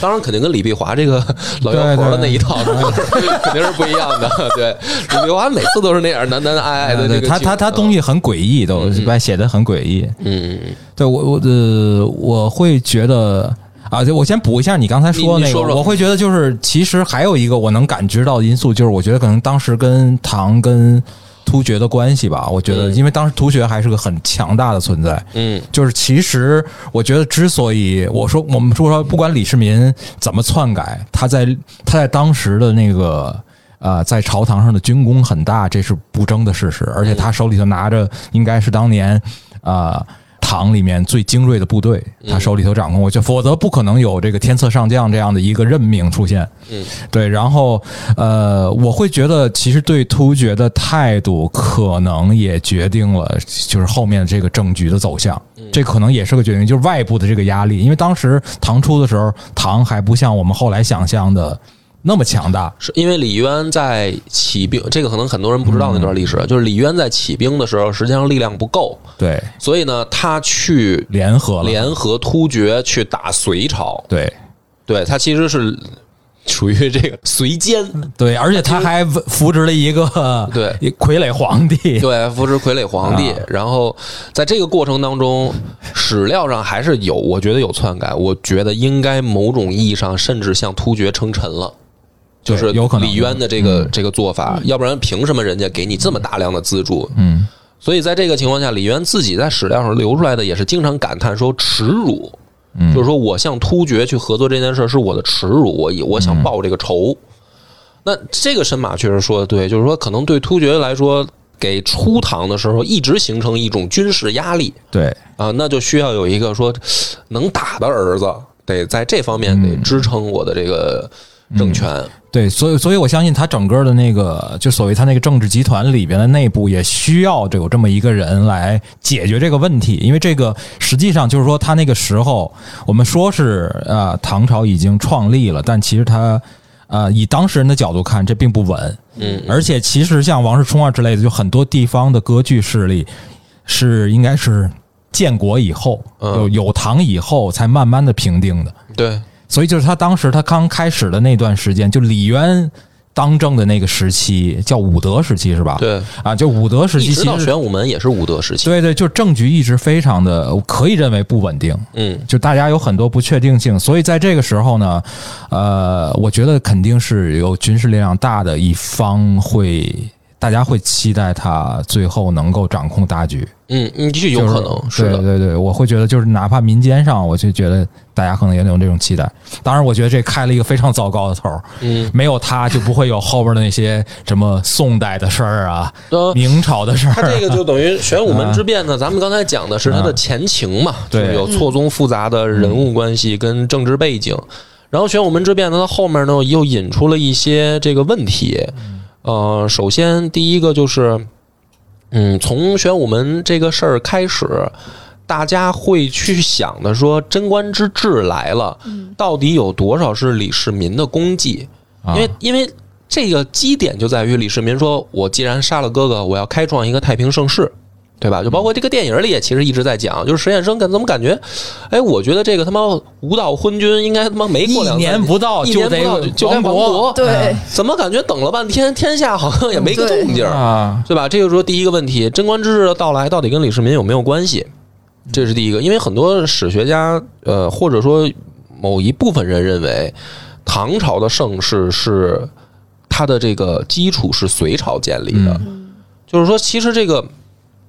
当然肯定跟李碧华这个老妖婆的那一套肯定是 肯定是不一样的。对，李碧华每次都是那样男男爱爱的那
嗯对
个
他他他东
西，
西很诡异，都写的很诡异。
嗯，
对我我呃，我会觉得啊，就我先补一下你刚才说的
你
那
你
个，
说说
我会觉得就是其实还有一个我能感知到的因素，就是我觉得可能当时跟唐跟突厥的关系吧，我觉得
嗯
因为当时突厥还是个很强大的存在，
嗯
就是其实我觉得，之所以我说我们说说，不管李世民怎么篡改，他在他在当时的那个呃，在朝堂上的军功很大，这是不争的事实。而且他手里头拿着，应该是当年啊、呃、唐里面最精锐的部队，他手里头掌控，我就否则不可能有这个天策上将这样的一个任命出现。
嗯，
对，然后呃，我会觉得其实对突厥的态度可能也决定了就是后面这个政局的走向，这可能也是个决定，就是外部的这个压力，因为当时唐初的时候，唐还不像我们后来想象的那么强大。
是因为李渊在起兵，这个可能很多人不知道
嗯
那段历史，就是李渊在起兵的时候，实际上力量不够，
对，
所以呢，他去
联合了，
联合突厥去打隋朝，
对
对他其实是属于这个隋 奸，
对，而且他还扶植了一个
对
一 傀儡皇帝，
对扶持傀儡皇帝
啊。
然后在这个过程当中，史料上还是有，我觉得有篡改，我觉得应该某种意义上甚至向突厥称臣了。就
对
是
有可能
李渊的这个
嗯
这个做法，要不然凭什么人家给你这么大量的资助？
嗯，
所以在这个情况下，李渊自己在史料上留出来的也是经常感叹说耻辱，
嗯
就是说我向突厥去合作这件事儿是我的耻辱，我以我想报这个仇。那这个神马确实说的对，就是说可能对突厥来说，给初唐的时候一直形成一种军事压力
对
啊，那就需要有一个说能打的儿子，得在这方面得支撑我的这个政权。
对，所以所以我相信他整个的那个，就所谓他那个政治集团里边的内部，也需要这有这么一个人来解决这个问题，因为这个实际上就是说，他那个时候我们说是呃唐朝已经创立了，但其实他呃以当事人的角度看，这并不稳，
嗯，
而且其实像王世充啊之类的，就很多地方的割据势力是应该是建国以后，
嗯
有有唐以后才慢慢的平定的。
对，
所以就是他当时他刚开始的那段时间，就李渊当政的那个时期，叫武德时期是吧？
对
啊，就武德时期
一直
其
到
实
玄武门也是武德时期。
对对，就政局一直非常的可以认为不稳定，
嗯，
就大家有很多不确定性，所以在这个时候呢，呃，我觉得肯定是有军事力量大的一方会。大家会期待他最后能够掌控大局，
嗯，嗯，的确有可能，
就是
的，
对对对，我会觉得就是哪怕民间上，我就觉得大家可能也有这种期待。当然，我觉得这开了一个非常糟糕的头儿，
嗯，
没有他就不会有后边的那些什么宋代的事儿啊、
呃，
明朝的事儿、
他这个就等于玄武门
啊
之变呢，咱们刚才讲的是他的前情嘛，就
对
是有错综复杂的人物关系跟政治背景。然后玄武门之变呢，它后面呢又引出了一些这个问题。呃，首先第一个就是，嗯，从玄武门这个事儿开始。大家会去想的说，贞观之治来了，
嗯
到底有多少是李世民的功绩？
啊
因为因为这个基点就在于李世民说：“我既然杀了哥哥，我要开创一个太平盛世，对吧？”就包括这个电影里也其实一直在讲，就是石彦生感怎么感觉，哎，我觉得这个他妈无道昏君应该他妈没过
一
两
年不到
一
就
年不到
得
就该亡国，
对，
嗯
怎么感觉等了半天，天下好像也没个动静儿？
啊，
对吧？这就是说第一个问题，贞观之治的到来到底跟李世民有没有关系？
嗯
这是第一个，因为很多史学家，呃，或者说某一部分人认为，唐朝的盛世是它的这个基础是隋朝建立的，
嗯
就是说，其实这个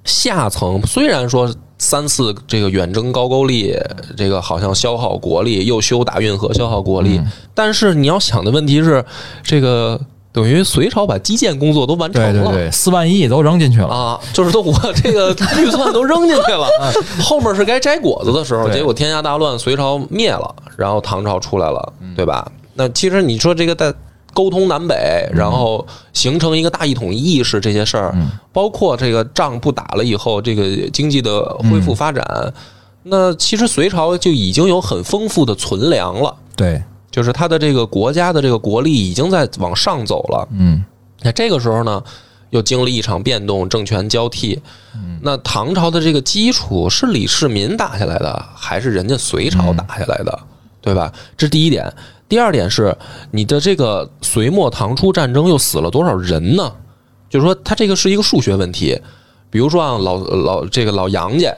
下层虽然说三次这个远征高句丽，这个好像消耗国力，又修大运河消耗国力，
嗯
嗯
但是你要想的问题是，这个等于隋朝把基建工作都完成了。
对对对，四万亿都扔进去了，
啊，就是说我这 个预算都扔进去了，后面是该摘果子的时候，
哎对
结果天下大乱，隋朝灭了，然后唐朝出来了，
嗯
对吧？那其实你说这个在沟通南北，然后形成一个大一统意识这些事儿，
嗯
包括这个仗不打了以后，这个经济的恢
嗯
复发展，那其实隋朝就已经有很丰富的存粮了，
对，
就是它的这个国家的这个国力已经在往上走了。
嗯，
那这个时候呢，又经历一场变动，政权交替。那唐朝的这个基础是李世民打下来的，还是人家隋朝打下来的，对吧？这是第一点。第二点是你的这个隋末唐初战争又死了多少人呢？就是说，它这个是一个数学问题。比如说啊，老老这个老杨家，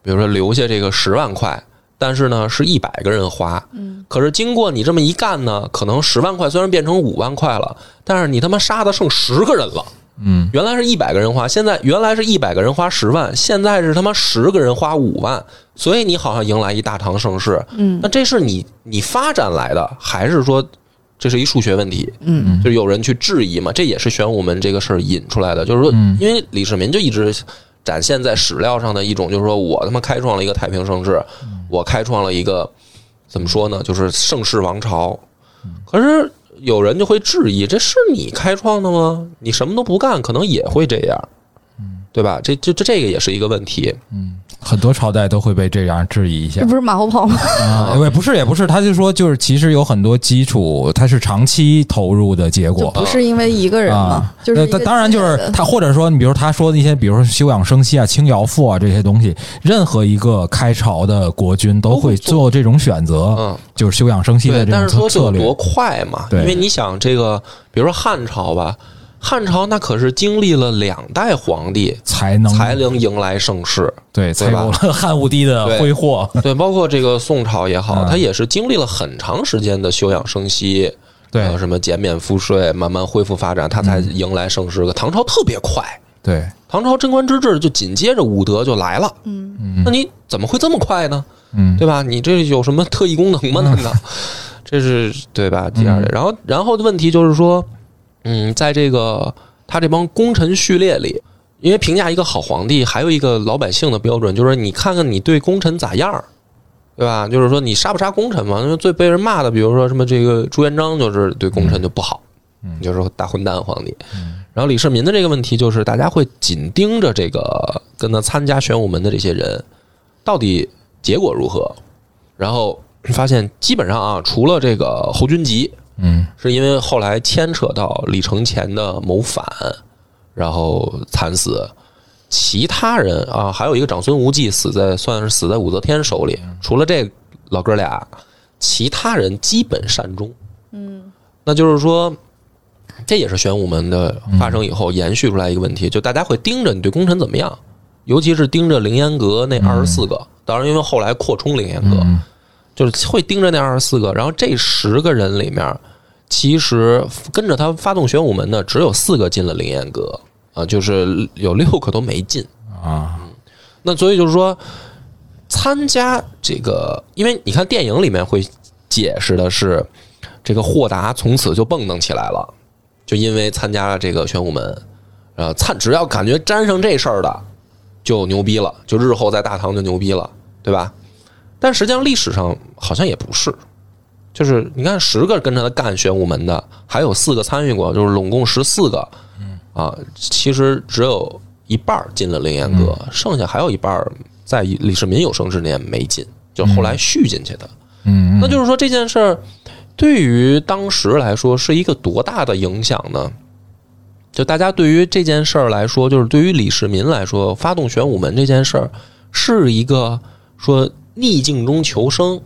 比如说留下这个十万块，但是呢是一百个人花，可是经过你这么一干呢，可能十万块虽然变成五万块了，但是你他妈杀的剩十个人了。
嗯，
原来是一百个人花，现在原来是一百个人花十万，现在是他妈十个人花五万，所以你好像迎来一大唐盛世。嗯，那这是你你发展来的，还是说这是一数学问题？
嗯，
就是有人去质疑嘛，这也是玄武门这个事儿引出来的，就是说，
嗯
因为李世民就一直展现在史料上的一种，就是说我他妈开创了一个太平盛世，
嗯
我开创了一个怎么说呢，就是盛世王朝。
嗯
可是有人就会质疑，这是你开创的吗？你什么都不干，可能也会这样，
嗯
对吧？这这这这个也是一个问题。
嗯
很多朝代都会被这样质疑一下
这。不是马后炮吗？
啊，也不是，也不是，他就说，就是其实有很多基础，它是长期投入的结
就
啊
果。
不是因为一个人嘛
啊，，
就是
呃
一个
当然就是他，或者说你比如他说的一些，比如说休养生息啊、轻徭赋啊这些东西，任何一个开朝的国君都会做这种选择，
嗯，
就是休养生息
对，
的这
但
种
是说
策策
有
略
多。快嘛？
对
因为你想，这个比如说汉朝吧，汉朝那可是经历了两代皇帝。
才能
才能迎来盛世，
对，才
对吧
有了 汉武帝的挥 霍。
对，包括这个宋朝也好，
嗯
它也是经历了很长时间的休养生息，
对嗯
呃什么减免赋税，慢慢恢复发展，它才迎来盛世。唐朝特别快，
对，
唐朝贞观之治就紧接着武德就来了，
嗯
那你怎么会这么快呢？
嗯，
对吧？你这有什么特异功能吗？难道 这是对吧？第
嗯
二点，然后然后的问题就是说，嗯，在这个他这帮功臣序列里，因为评价一个好皇帝，还有一个老百姓的标准，就是你看看你对功臣咋样儿。对吧？就是说你杀不杀功臣嘛？因为最被人骂的，比如说什么这个朱元璋，就是对功臣就不好，
嗯
就是说大混蛋皇帝。然后李世民的这个问题就是，大家会紧盯着这个跟他参加玄武门的这些人，到底结果如何？然后发现基本上啊，除了这个侯君集，
嗯
是因为后来牵扯到李承乾的谋反，然后惨死。其他人啊，还有一个长孙无忌死在算是死在武则天手里。除了这老哥俩，其他人基本善终。嗯，那就是说，这也是玄武门的发生以后延续出来一个问题，就大家会盯着你对功臣怎么样，尤其是盯着凌烟阁那二十四个。当然，因为后来扩充凌烟阁，
嗯
就是会盯着那二十四个，然后这十个人里面，其实跟着他发动玄武门的只有四个进了灵验阁啊，就是有六个都没进。
啊，
那所以就是说，参加这个，因为你看电影里面会解释的是，这个霍达从此就蹦跶起来了，就因为参加了这个玄武门，呃，参只要感觉沾上这事儿的，就牛逼了，就日后在大唐就牛逼了，对吧？但实际上历史上好像也不是，就是你看十个跟着他干玄武门的，还有四个参与过，就是拢共十四个，啊，其实只有一半儿进了凌烟阁，剩下还有一半儿在李世民有生之年没进，就后来续进去的。
嗯，
那就是说这件事儿对于当时来说是一个多大的影响呢？就大家对于这件事儿来说，就是对于李世民来说，发动玄武门这件事儿是一个说逆境中求生，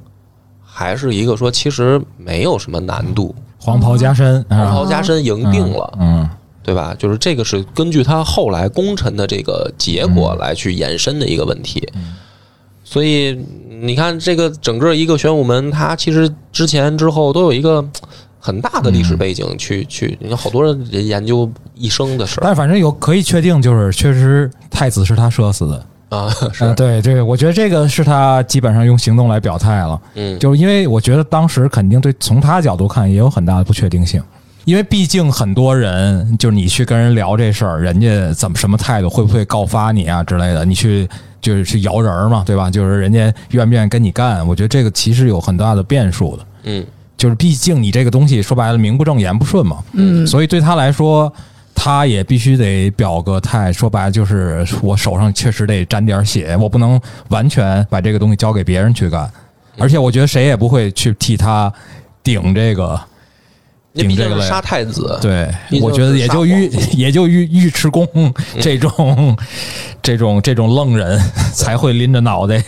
还是一个说其实没有什么难度，
黄袍加身，
黄
啊
袍加身赢定了。
嗯，
对吧？就是这个是根据他后来功臣的这个结果
嗯
来去延伸的一个问题。所以你看，这个整个一个玄武门，它其实之前之后都有一个很大的历
嗯
史背景去去，你看好多人也研究一生的事儿
但反正有可以确定，就是确实太子是他射死的。
啊，
嗯、
是，
对对，我觉得这个是他基本上用行动来表态了。
嗯，
就是因为我觉得当时肯定对从他角度看也有很大的不确定性，因为毕竟很多人就是你去跟人聊这事儿，人家怎么什么态度，会不会告发你啊之类的，你去就是去摇人儿嘛，对吧？就是人家愿不愿意跟你干，我觉得这个其实有很大的变数的。
嗯
就是毕竟你这个东西说白了名不正言不顺嘛，
嗯，
所以对他来说，他也必须得表个态。说白了就是我手上确实得沾点血，我不能完全把这个东西交给别人去干。
嗯
而且我觉得谁也不会去替他顶这个，
你毕
顶这
竟
个
是
嘞
杀太子，
对
嗯毕竟是嗯
我觉得也就尉 也就尉尉迟恭这种这种这种愣 人才会拎着脑袋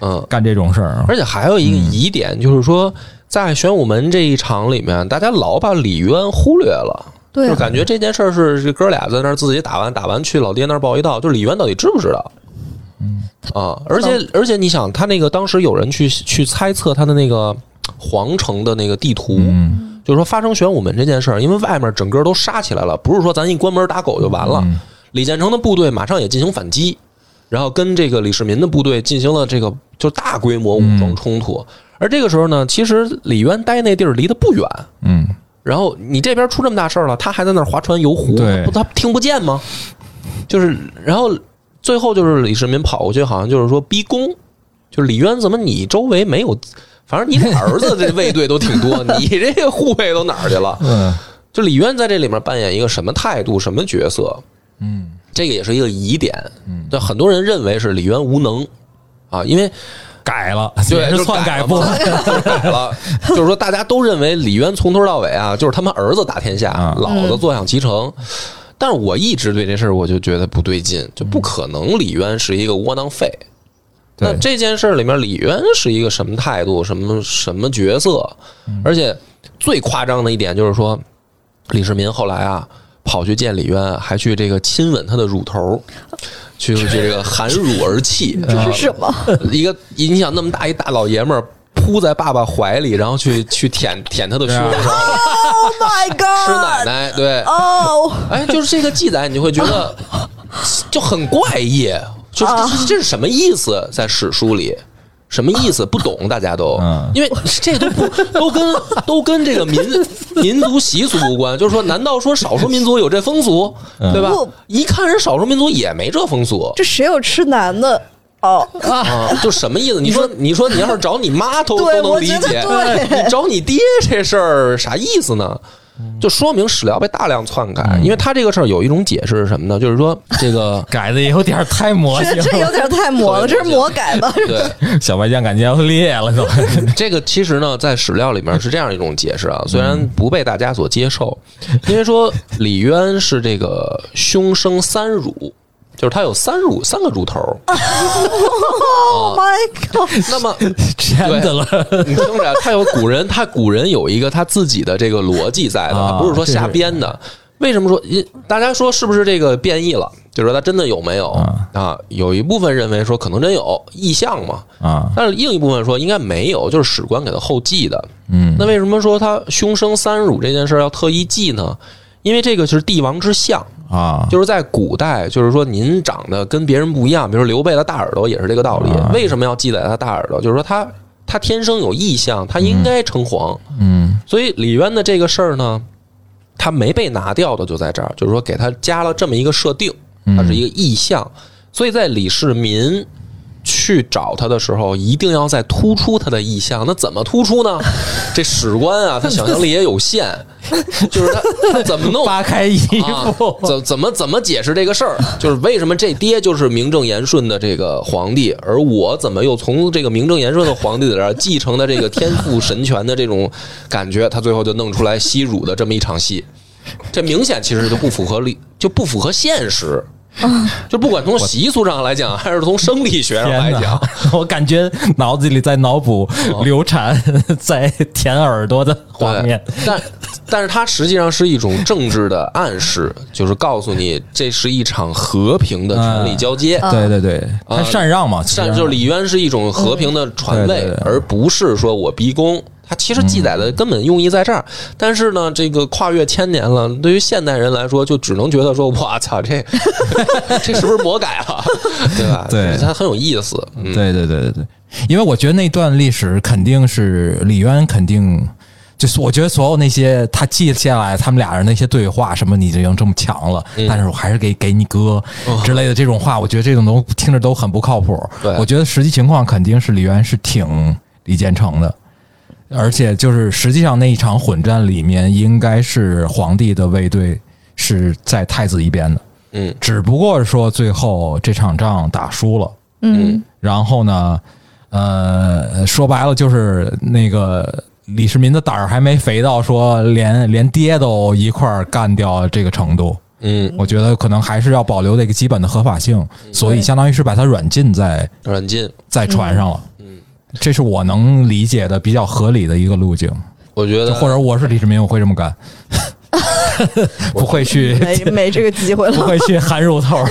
嗯，
干这种事儿。
而且还有一个
嗯
疑点，就是说在玄武门这一场里面，大家老把李渊忽略了。
对
就
啊
是感觉这件事儿是这哥俩在那儿自己打完，打完去老爹那儿报一道，就是李渊到底知不知道？嗯啊，而且而且你想，他那个当时有人去去猜测他的那个皇城的那个地图，
嗯，
就是说发生玄武门这件事儿，因为外面整个都杀起来了，不是说咱一关门打狗
嗯
就完了。李建成的部队马上也进行反击，然后跟这个李世民的部队进行了这个就大规模武装冲突。而这个时候呢，其实李渊待那地儿离得不远，
嗯，
然后你这边出这么大事儿了，他还在那儿划船游湖，
对
他不他听不见吗？就是，然后最后就是李世民跑过去，好像就是说逼宫，就是李渊怎么你周围没有？反正你俩儿子这卫队都 挺多，你这个护卫都哪儿去了？
嗯，
就李渊在这里面扮演一个什么态度、什么角色？
嗯，
这个也是一个疑点。
嗯，
对，很多人认为是李渊无能啊，因为
改了，
对
也
就是
篡
改
改
了
不
嘛就是改了，就是说大家都认为李渊从头到尾啊，就是他们儿子打天下
啊，
老子坐享其成。但是我一直对这事儿我就觉得不对劲，就不可能李渊是一个窝囊废。那
对
这件事儿里面，李渊是一个什么态度，什么什么角色？而且最夸张的一点就是说，李世民后来啊跑去见李渊，还去这个亲吻他的乳头，去去这个含乳而泣，
这
啊
是什么？
一个你想那么大一大老爷们儿扑在爸爸怀里，然后去去舔舔他的胸，
对啊
然后
Oh my
吃奶
god！
奶，对，
哦，
哎，就是这个记载，你就会觉得就很怪异，就是这这是什么意思？在史书里。什么意思？不懂，大家都
嗯，
因为这都不都跟都跟这个民民族习俗无关。就是说，难道说少数民族有这风俗，对吧
不？
一看人少数民族也没这风俗，
这谁有吃男的？哦，
啊，就什么意思？你说，你说你要是找你妈都
对
都能理
我觉得
解，
对嗯
你找你爹这事儿啥意思呢？就说明史料被大量篡改，因为他这个事儿有一种解释是什么呢？就是 说这个
改的也有点太魔性
这这有
了，
点太魔了，这是魔改吧？
对
小白酱感觉要裂了 都。
这个其实呢，在史料里面是这样一种解释
嗯
啊，虽然不被大家所接受，因为说李渊是这个胸生三乳，就是他有三乳三个乳头儿。
哦 Oh my god！
那么
真的了，
你听着，他有古人，他古人有一个他自己的这个逻辑在的，
啊
他不是说瞎编的。为什么说因大家说是不是这个变异了？就是说它真的有没有
啊
啊？有一部分认为说可能真有意象嘛，
啊，
但是另一部分说应该没有，就是史官给他后记的。
嗯，
那为什么说他凶生三乳这件事儿要特意记呢？因为这个是帝王之相，
啊，
就是在古代，就是说您长得跟别人不一样，比如说刘备的大耳朵也是这个道理
啊。
为什么要记载他大耳朵？就是说他他天生有异象，他应该称皇。
嗯
所以李渊的这个事儿呢，他没被拿掉的就在这儿，就是说给他加了这么一个设定，
嗯
它是一个意象。所以在李世民去找他的时候，一定要再突出他的意象。那怎么突出呢？这史官啊，他想象力也 有限，就是他他怎么弄？
扒开衣
啊
服，，
怎怎么怎么解释这个 事儿？就是为什么这爹就是名正言顺的这个皇帝，而我怎么又从这个名正言顺的皇帝里边继承了这个天赋神权的这种感觉？他最后就弄出来吸乳的这么一场戏，这明显其实就不符合理，就不符合现实。
哦
就不管从习俗上来讲，还是从生理学上来
天
讲
哪，！ 我感觉脑子里在脑补
哦
流产 在舔耳朵的画面。
对但但是它实际上是一种政治的暗示，就是告诉你这是一场和平的权力交接。
对对对，他
啊
禅让嘛，
但
其实
就是李渊是一种和平的传
嗯
位
对对对，嗯
而不是说我逼宫，它其实记载的根本用意在这儿，但是呢，这个跨越千年了，对于现代人来说，就只能觉得说，哇 操，这这是不是魔改了， 对吧？
对
它很有意思。嗯，
对对对对对，因为我觉得那段历史肯定是李渊肯定。就是我觉得所有那些他记下来他们俩人那些对话什么，你已经这么强了，
嗯
但是我还是给给你哥之类的这种话，我觉得这种都听着都很不靠谱。
对
我觉得实际情况肯定是李渊是挺李建成的，而且就是实际上那一场混战里面，应该是皇帝的卫队是在太子一边的，
嗯
只不过是说最后这场仗打输了。
嗯
然后呢，呃，说白了就是那个李世民的胆儿还没肥到说连连爹都一块儿干掉这个程度。
嗯，
我觉得可能还是要保留这个基本的合法性，所以相当于是把它软禁在
软禁。
在船上了。
嗯嗯，
这是我能理解的比较合理的一个路径，
我觉
就
得，
或者我是李世民，我会这么 干，不会去
没没这个机会
不
了。
会去含乳头。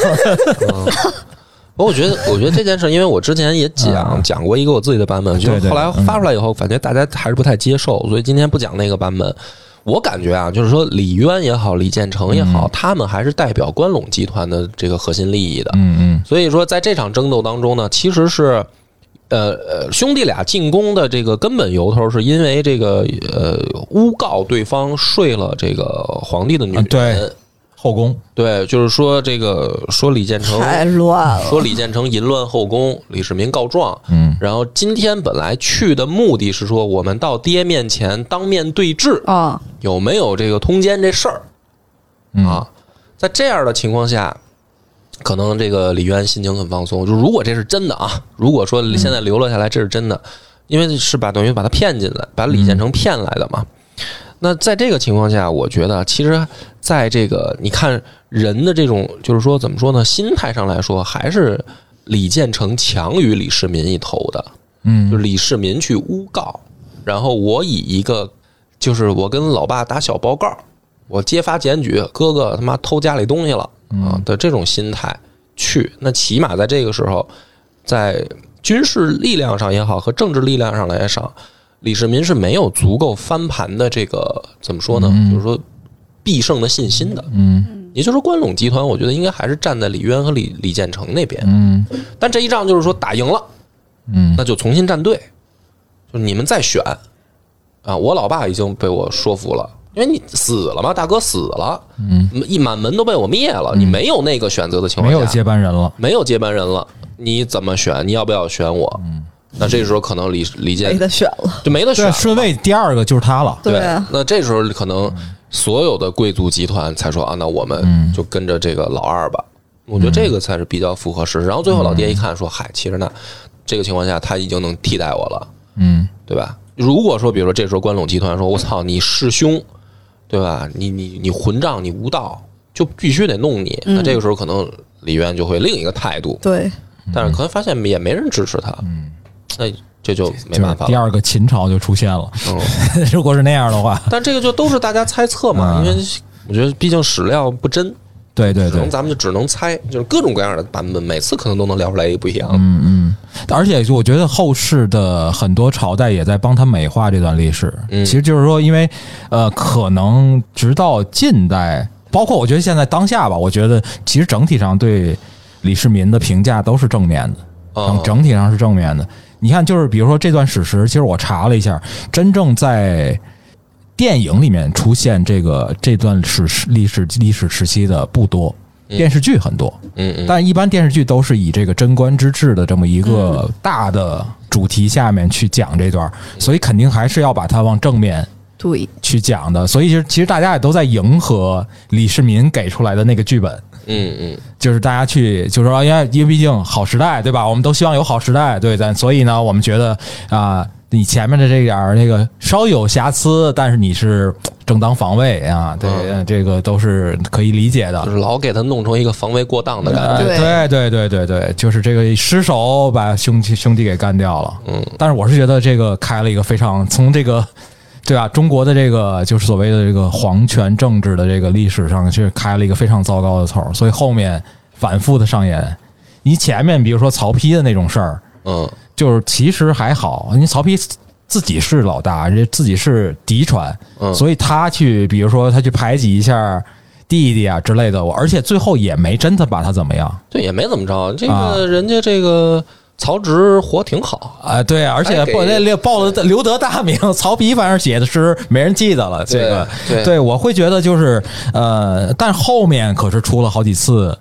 不过我 觉得，我觉得这件事，因为我之前也讲
嗯
讲过一个我自己的版本，就
对
是
对
后来嗯发出来以后，感觉大家还是不太接受，所以今天不讲那个版本。我感觉啊，就是说李渊也好，李建成也好，他们还是代表关陇集团的这个核心利益的。
嗯
所以说，在这场争斗当中呢，其实是。呃呃，兄弟俩进攻的这个根本由头是因为这个呃诬告对方睡了这个皇帝的女人，
啊对嗯，后宫
对就是说这个说李建成
太乱了，
说李建成淫乱后宫，李世民告状。
嗯，
然后今天本来去的目的是说，我们到爹面前当面对质，
啊，
有没有这个通奸这事儿
嗯
啊？在这样的情况下，可能这个李渊心情很放松。就如果这是真的啊，如果说现在留了下来，这是真的，因为是把等于把他骗进来，把李建成骗来的嘛。那在这个情况下，我觉得其实在这个你看人的这种，就是说怎么说呢，心态上来说，还是李建成强于李世民一头的。
嗯
就是李世民去诬告，然后我以一个就是我跟老爸打小报告，我揭发检举哥哥他妈偷家里东西了
嗯
啊的这种心态去，那起码在这个时候，在军事力量上也好和政治力量上来上，李世民是没有足够翻盘的这个怎么说呢？就是说必胜的信心的。
嗯
也就是说，关陇集团，我觉得应该还是站在李渊和李李建成那边。
嗯
但这一仗就是说打赢了，
嗯
那就重新站队，就是你们再选啊！我老爸已经被我说服了，因为你死了嘛，大哥死了，
嗯，
一满门都被我灭了，你没有那个选择的情
没
况下，
有接班人了。
没有接班人了，你怎么选？你要不要选我？那这时候可能李李
没
健
得选了。
就没得
嗯对，
选
啊
了，
顺位第二个就是他了。
对
对啊，
那这时候可能所有的贵族集团才说啊，那我
嗯
们就跟着这个老二吧。我觉得这个才是比较符合事实。然后最后老
嗯
爹一看说，嗨，其实呢，这个情况下他已经能替代我了。
嗯
对吧？如果说，比如说这时候关陇集团说：“我操，你弑兄，对吧？你你你混账，你无道，就必须得弄
嗯
你。”那这个时候可能李渊就会另一个态度，
对，
嗯
但是可能发现也没人支持他，嗯，那这就没办
就是
法
第
了。
二个秦朝就出现了。
嗯，
如果是那样的话，
但这个就都是大家猜测嘛，
嗯
因为我觉得毕竟史料不真，
对对
可能
对，
咱们就只能猜，就是各种各样的版本，每次可能都能聊出来一个不一样的。
嗯嗯，而且我觉得后世的很多朝代也在帮他美化这段历史。
嗯
其实就是说，因为呃，可能直到近代，包括我觉得现在当下吧，我觉得其实整体上对李世民的评价都是正面的。
嗯，
整体上是正面的。你看，就是比如说这段史实，其实我查了一下，真正在电影里面出现这个这段史实历史历史时期的不多，
嗯
电视剧很多，
嗯嗯，
但一般电视剧都是以这个贞观之治的这么一
嗯
个大的主题下面去讲这段，所以肯定还是要把它往正面
对，
去讲的。所以其实其实大家也都在迎合李世民给出来的那个剧本，
嗯嗯
就是大家去，就是说，因为因为毕竟好时代，对吧？我们都希望有好时代，对，咱所以呢，我们觉得啊、你前面的这点儿那个稍有瑕疵，但是你是正当防卫啊，对，
嗯
呃这个都是可以理解的。
就是老给他弄成一个防卫过当的感
呃
觉。
对对对对对，就是这个失手把兄弟兄弟给干掉了。
嗯，
但是我是觉得这个开了一个非常从这个。对吧？中国的这个就是所谓的这个皇权政治的这个历史上，是开了一个非常糟糕的头儿，所以后面反复的上演。你前面比如说曹丕的那种事儿，
嗯
就是其实还好，你曹丕自己是老大，人家自己是嫡传，
嗯
所以他去，比如说他去排挤一下弟弟啊之类的，我而且最后也没真的把他怎么样
对，也没怎么着。这
啊
个人家这个曹植活挺好，
啊、对啊，而且
还给
报那报了留得大名，曹丕反正写的诗没人记得了，这个
对
对，我会觉得就是呃，但后面可是出了好几次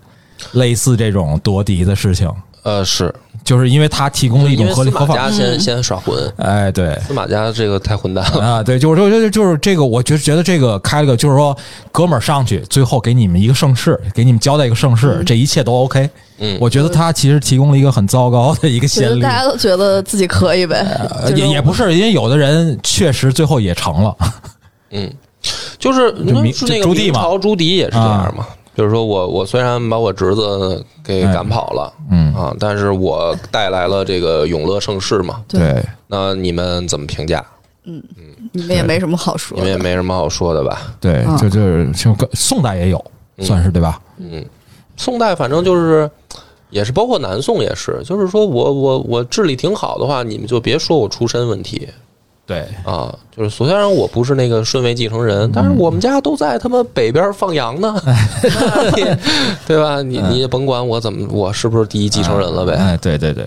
类似这种夺嫡的事情，
呃，是
就是因为他提供了一
因
种
为
合理
司
合
马
法
家，先先耍混，
哎，对。
司马家这个太混蛋了。
啊，对，就是说，就是就是这个，我就觉得这个开了个，就是说，哥们儿上去，最后给你们一个盛世，给你们交代一个盛世，这一切都 OK。
嗯
我觉得他其实提供了一个很糟糕的一个
其实
先例
大，家都觉得自己可以呗，
呃
就是
也也不是，因为有的人确实最后也成了，
嗯，就是
就
那
明
是那
就
个
朱棣
明
嘛啊
朝朱棣也是这样嘛，就是说我我虽然把我侄子给
哎
赶跑了，
嗯
啊，但是我带来了这个永乐盛世嘛，
对
对，
那你们怎么评价？
你们也没什么好说
你们也
的。
没什么好说的吧？
对，
嗯
就就是就跟宋代也有，算是对吧？
嗯，宋代反正就是。也是，包括南宋也是，就是说我我我治理挺好的话，你们就别说我出身问题
对，
啊。就是虽然我不是那个顺位继承人，但是
嗯
我们家都在他妈北边放 羊呢，
哎
那 你对吧？你你也甭管我怎么，我是不是第一继承人了呗？嗯
哎，对对对，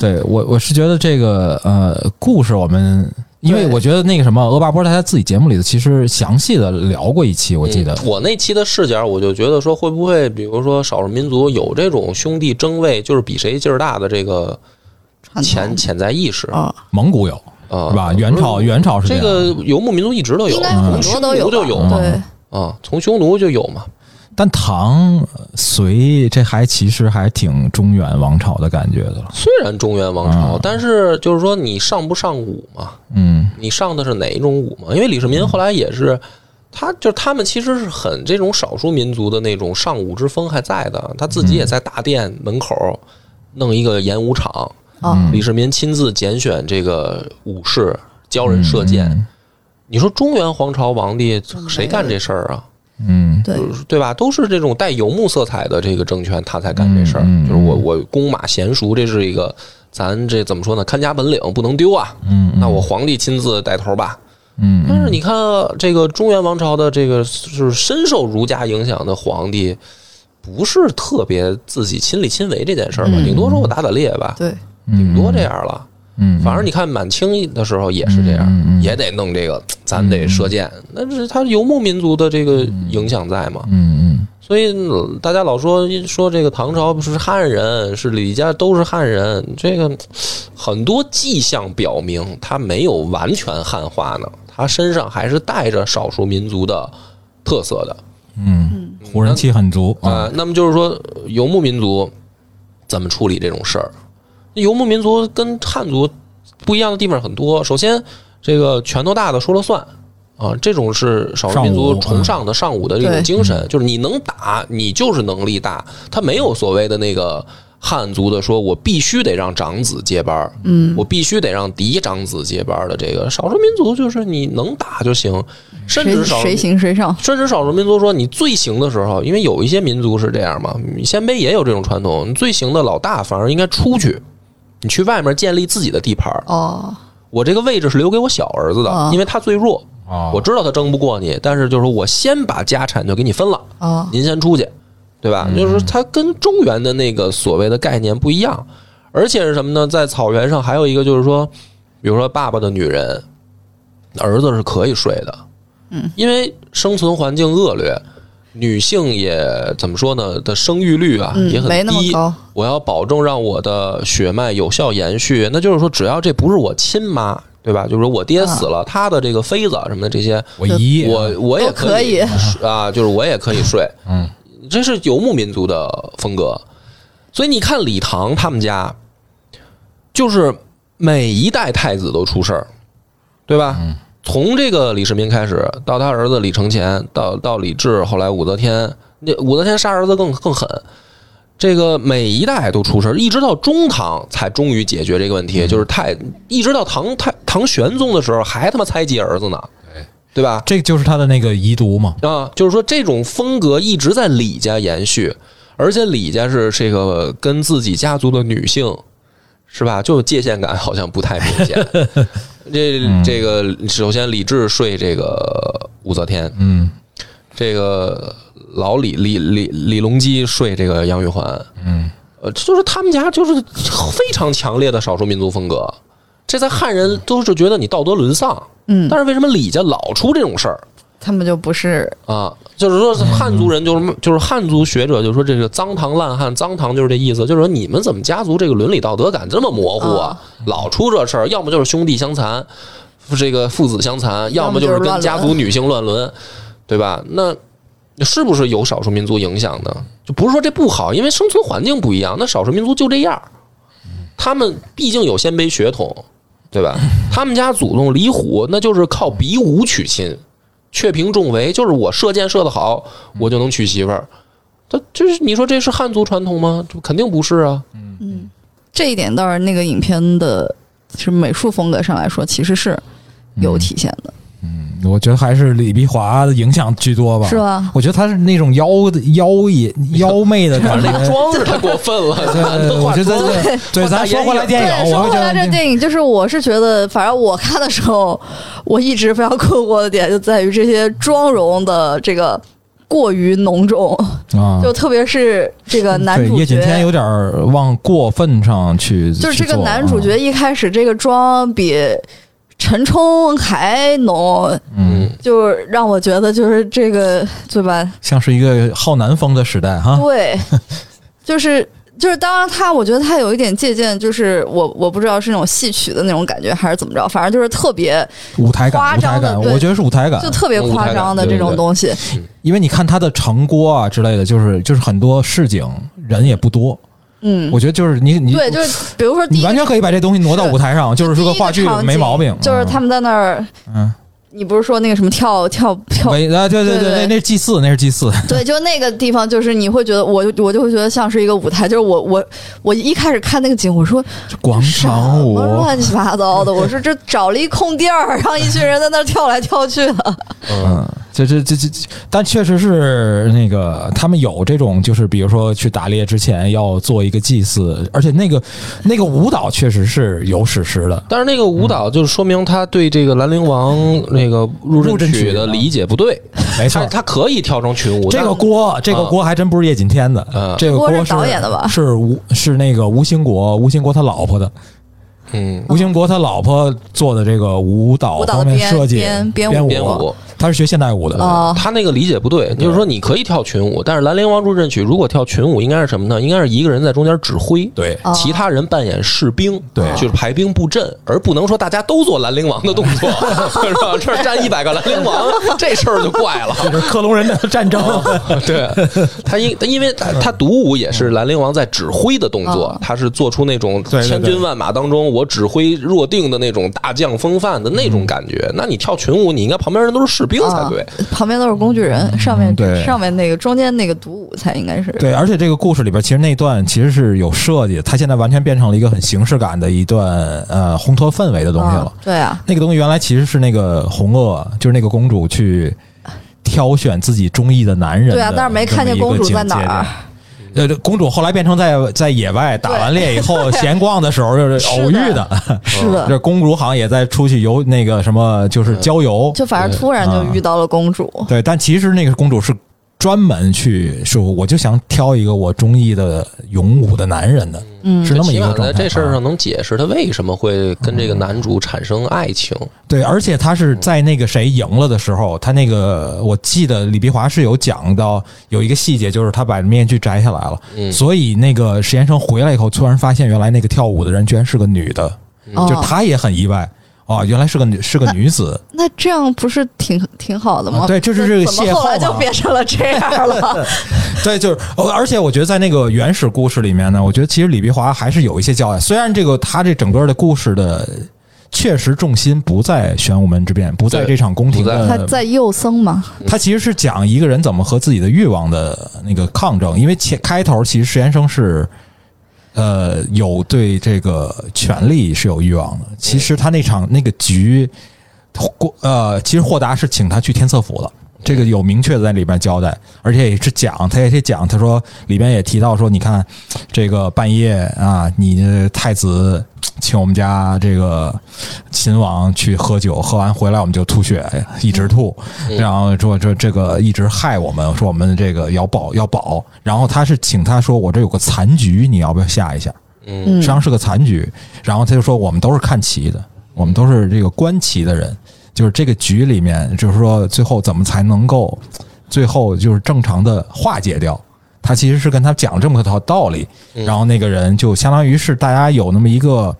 对我我是觉得这个呃故事我们。因为
对
我觉得那个什么，俄巴波在他自己节目里其实详细的聊过一期，我记得，
嗯我那期的视角，我就觉得说，会不会比如说少数民族有这种兄弟争位，就是比谁劲儿大的这个
传统
潜潜在意识啊、
啊，
蒙古有是吧？元朝元朝是
哦嗯这
样
个游牧民族一直都有，啊
应该
从
很多
匈
都
奴
有
就
吧，
有
嗯
嘛
对，
啊，从匈奴就有嘛。
但唐呃隋这还其实还挺中原王朝的感觉的了。
虽然中原王朝，
嗯
但是就是说你上不上武嘛？
嗯，
你上的是哪一种武嘛？因为李世民后来也是。他就是他们，其实是很这种少数民族的那种尚武之风还在的。他自己
嗯
也在大殿门口弄一个演武场，
嗯
啊，
李世民亲自拣选这个武士，教人射箭。
嗯
你说中原皇朝皇帝谁干这事儿啊？
嗯，
对，
对吧？都是这种带游牧色彩的这个政权，他才干这事儿。
嗯嗯
就是我我弓马娴熟，这是一个咱这怎么说呢？看家本领不能丢啊。
嗯，
那我皇帝亲自带头吧。
嗯，
但是你看这个中原王朝的这个就是深受儒家影响的皇帝，不是特别自己亲力亲为这件事儿吧？
嗯
顶多说我打打猎吧，
对，
顶多这样了。
嗯，嗯，
反正你看满清的时候也是这样，
嗯嗯嗯
也得弄这个，咱得射箭，那是他游牧民族的这个影响在嘛。
嗯嗯
所以嗯大家老说说这个唐朝不是汉人，是李家都是汉人，这个很多迹象表明他没有完全汉化呢，他身上还是带着少数民族的特色的。
嗯，胡人气很足
啊、
啊，
那么就是说呃游牧民族怎么处理这种事儿？游牧民族跟汉族不一样的地方很多。首先，这个拳头大的说了算啊、这种是少数民
尚
族
武
崇尚的尚武的这种
对
精神，就是你能打，你就是能力大，他没有所谓的那个。汉族的说，我必须得让长子接班儿，
嗯，
我必须得让嫡长子接班儿的这个少数民族，就是你能打就行，甚
嗯谁
至少数
谁行谁上，
甚至少数民族说，你最行的时候，因为有一些民族是这样嘛，鲜卑也有这种传统，你最行的老大反而应该出去，你去外面建立自己的地盘儿。
哦，
我这个位置是留给我小儿子的
啊，
因为他最弱，
啊，
我知道他争不过你，但是就是说我先把家产就给你分了，
哦，
您先出去，对吧？
嗯
就是它跟中原的那个所谓的概念不一样，而且是什么呢？在草原上还有一个就是说，比如说爸爸的女人，儿子是可以睡的，嗯，因为生存环境恶劣，女性也怎么说呢？的生育率啊、
嗯
也很低，
没那么高
我要保证让我的血脉有效延续，那就是说，只要这不是我亲妈，对吧？就是说我爹死了，他的这个妃子啊什么的这些，
我姨，
我我也
嗯都可
以
以
啊，就是我也可以睡，
嗯，
这是游牧民族的风格。所以你看李唐他们家，就是每一代太子都出事儿，对吧？从这个李世民开始，到他儿子李承乾，到到李治，后来武则天，那武则天杀儿子更更狠。这个每一代都出事儿，一直到中唐才终于解决这个问题，就是太一直到唐太唐玄宗的时候还他妈猜忌儿子呢，对吧？
这就是他的那个遗毒嘛，
啊，就是说这种风格一直在李家延续，而且李家是这个跟自己家族的女性，是吧？就界限感好像不太明显，这这个首先李治睡这个武则天，
嗯，
这个老李李李李隆基睡这个杨玉环，
嗯，
呃，这就是他们家就是非常强烈的少数民族风格，这在汉人都是觉得你道德沦丧，
嗯，
但是为什么李家老出这种事儿
他们就不是
啊？就是说汉族人就是就是汉族学者就说这个脏唐烂汉，脏唐就是这意思，就是说你们怎么家族这个伦理道德感这么模糊啊？老出这事儿，要么就是兄弟相残，这个父子相残，要么就是跟家族女性乱伦，对吧？那是不是有少数民族影响呢？就不是说这不好，因为生存环境不一样，那少数民族就这样，他们毕竟有鲜卑血统，对吧？他们家祖宗李虎那就是靠比武娶亲，却凭重围，就是我射箭射得好，我就能娶媳妇儿。这这是你说这是汉族传统吗？这肯定不是啊。
嗯
这一点，倒是那个影片的是美术风格上来说，其实是
嗯
有体现的，
我觉得还是李碧华的影响居多吧，
是？吧？
我觉得他是那种妖的妖冶妖媚的感
反正那个
觉。
妆是太过分了，
对 对对，我觉得对对，咱说回来电影，
说
哦我会
回
觉
来，
得
这
那
电影就是，我是觉得，反正我看的时候， 我一直非常困惑的点就在于这些妆容的这个过于浓重，
啊，
就特别是这个男
对
主
叶
角
锦，天有点儿往过分上去，
就是这
去
个
做啊
男主角，一开始这个妆比陈冲还浓，
嗯，
就是让我觉得就是这 个对吧？
像是一个好男风的时代哈。
对，就是就是，当然他，我觉得他有一点借鉴，就是我我不知道是那种戏曲的那种感觉还是怎么着，反正就是特别
舞台
夸
感，舞
张
台
的
感，
对
我觉得是舞啊台感
就，特别夸张的这种东西，
因为你看他的城郭啊之类的，就是就是很多市井人也不多，
嗯，
我觉得就是你你
对，就是比如说第一
你完全可以把这东西挪到
是
舞台上，就是
第
说
一
个话剧
场景
没毛病，
就是他们在那儿，
嗯，
你不是说那个什么跳跳跳
没啊，对
对
对
对
那那是祭祀，那是祭祀，
对，就那个地方，就是你会觉得，我就我就会觉得像是一个舞台。就是我我我一开始看那个景，我说
广
什
场舞
么，啊乱七八糟的，我说这找了一空地儿，让一群人在那儿跳来跳去 的。
嗯，这这这这，但确实是那个他们有这种，就是比如说去打猎之前要做一个祭祀，而且那个那个舞蹈确实是有史实的，
但是那个舞蹈就是说明他对这个兰陵王那个入
入
阵
阵
曲
曲
的
的
理解不对，
没错
他。他可以跳成群舞，
嗯这个
但
锅，这个锅还真不是叶锦添的，
嗯
这个
锅
锅
是
是
导演的吧
是吴是那个吴兴国，吴兴国他老婆的，
嗯
吴兴国他老婆做的这个舞蹈
舞蹈
方面
编
设计
编编
编
舞
编舞，
他是学现代舞的，
哦
他那个理解不对，就是说你可以跳群舞，但是兰陵王入阵曲如果跳群舞，应该是什么呢？应该是一个人在中间指挥，
对
哦
其他人扮演士兵，
对
就是排兵布阵，而不能说大家都做兰陵王的动 作，是吧？这儿站一百个兰陵王，这事儿就怪了。
这是克隆人的战争，
哦
对啊他因他因为他
嗯
他独舞也是兰陵王在指挥的动作
嗯，
他是做出那种
对对
千军万马当中我指挥若定的那种大将风范的那
嗯
种感觉。那你跳群舞，你应该旁边人都是士兵才对
啊。，旁边都是工具人，上面、
嗯对
上面那个中间那个独舞才应该是
对，而且这个故事里边其实那段其实是有设计的，它现在完全变成了一个很形式感的一段呃烘托氛围的东西了。
啊对啊，
那个东西原来其实是那个红萼，就是那个公主去挑选自己中意的男人的
对啊，但是没看见公主在哪儿。
这么一个境界。呃，公主后来变成在在野外打完猎以 后闲逛的时候，就是偶遇的。
是
就
的，呃
是公主好像也在出去游那个什么，就是郊游。
就反正突然就遇到了公主。
对，但其实那个公主是专门去说，我就想挑一个我中意的勇武的男人的，
嗯
是那么一
起
个
码
状态。
在这事儿
啊嗯
上能解释他为什么会跟这个男主产生爱情。
对，而且他是在那个谁赢了的时候，他那个我记得李碧华是有讲到有一个细节，就是他把面具摘下来了，
嗯
所以那个实验生回来以后，突然发现原来那个跳舞的人居然是个女的，
哦
就他也很意外。哦，原来是个女，是个女子，
那这样不是挺挺好的吗？
啊对这就
那
是这 个
怎么
邂逅
后来就
嘛
变成了这样了？
对，就是，哦而且我觉得在那个原始故事里面呢，我觉得其实李碧华还是有一些交代，虽然这个他这整个的故事的确实重心不在玄武门之变，不在
对
这场宫廷
不在
的
他在幼僧嘛，
他其实是讲一个人怎么和自己的欲望的那个抗争，因为前开头其实实验生是，呃，有对这个权力是有欲望的。其实他那场那个局，霍呃，其实霍达是请他去天策府的，这个有明确的在里边交代，而且也是讲，他也是讲，他说里边也提到说，你看这个半夜啊，你的太子请我们家这个秦王去喝酒，喝完回来我们就吐血，一直吐，然后说说这个一直害我们，说我们这个要保要保，然后他是请他说我这有个残局，你要不要下一下？
嗯
实际上是个残局。然后他就说，我们都是看棋的，我们都是这个观棋的人，就是这个局里面，就是说最后怎么才能够最后就是正常的化解掉。他其实是跟他讲这么个套道理，
嗯
然后那个人就相当于是大家有那么一个，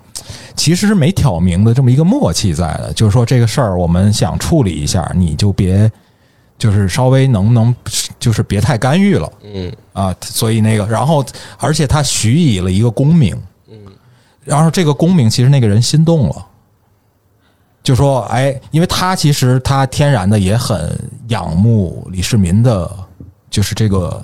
其实是没挑明的这么一个默契在的，就是说这个事儿我们想处理一下，你就别就是稍微能不能就是别太干预了，
嗯
啊，所以那个，然后而且他许以了一个功名，嗯，然后这个功名其实那个人心动了，就说哎，因为他其实他天然的也很仰慕李世民的，就是这个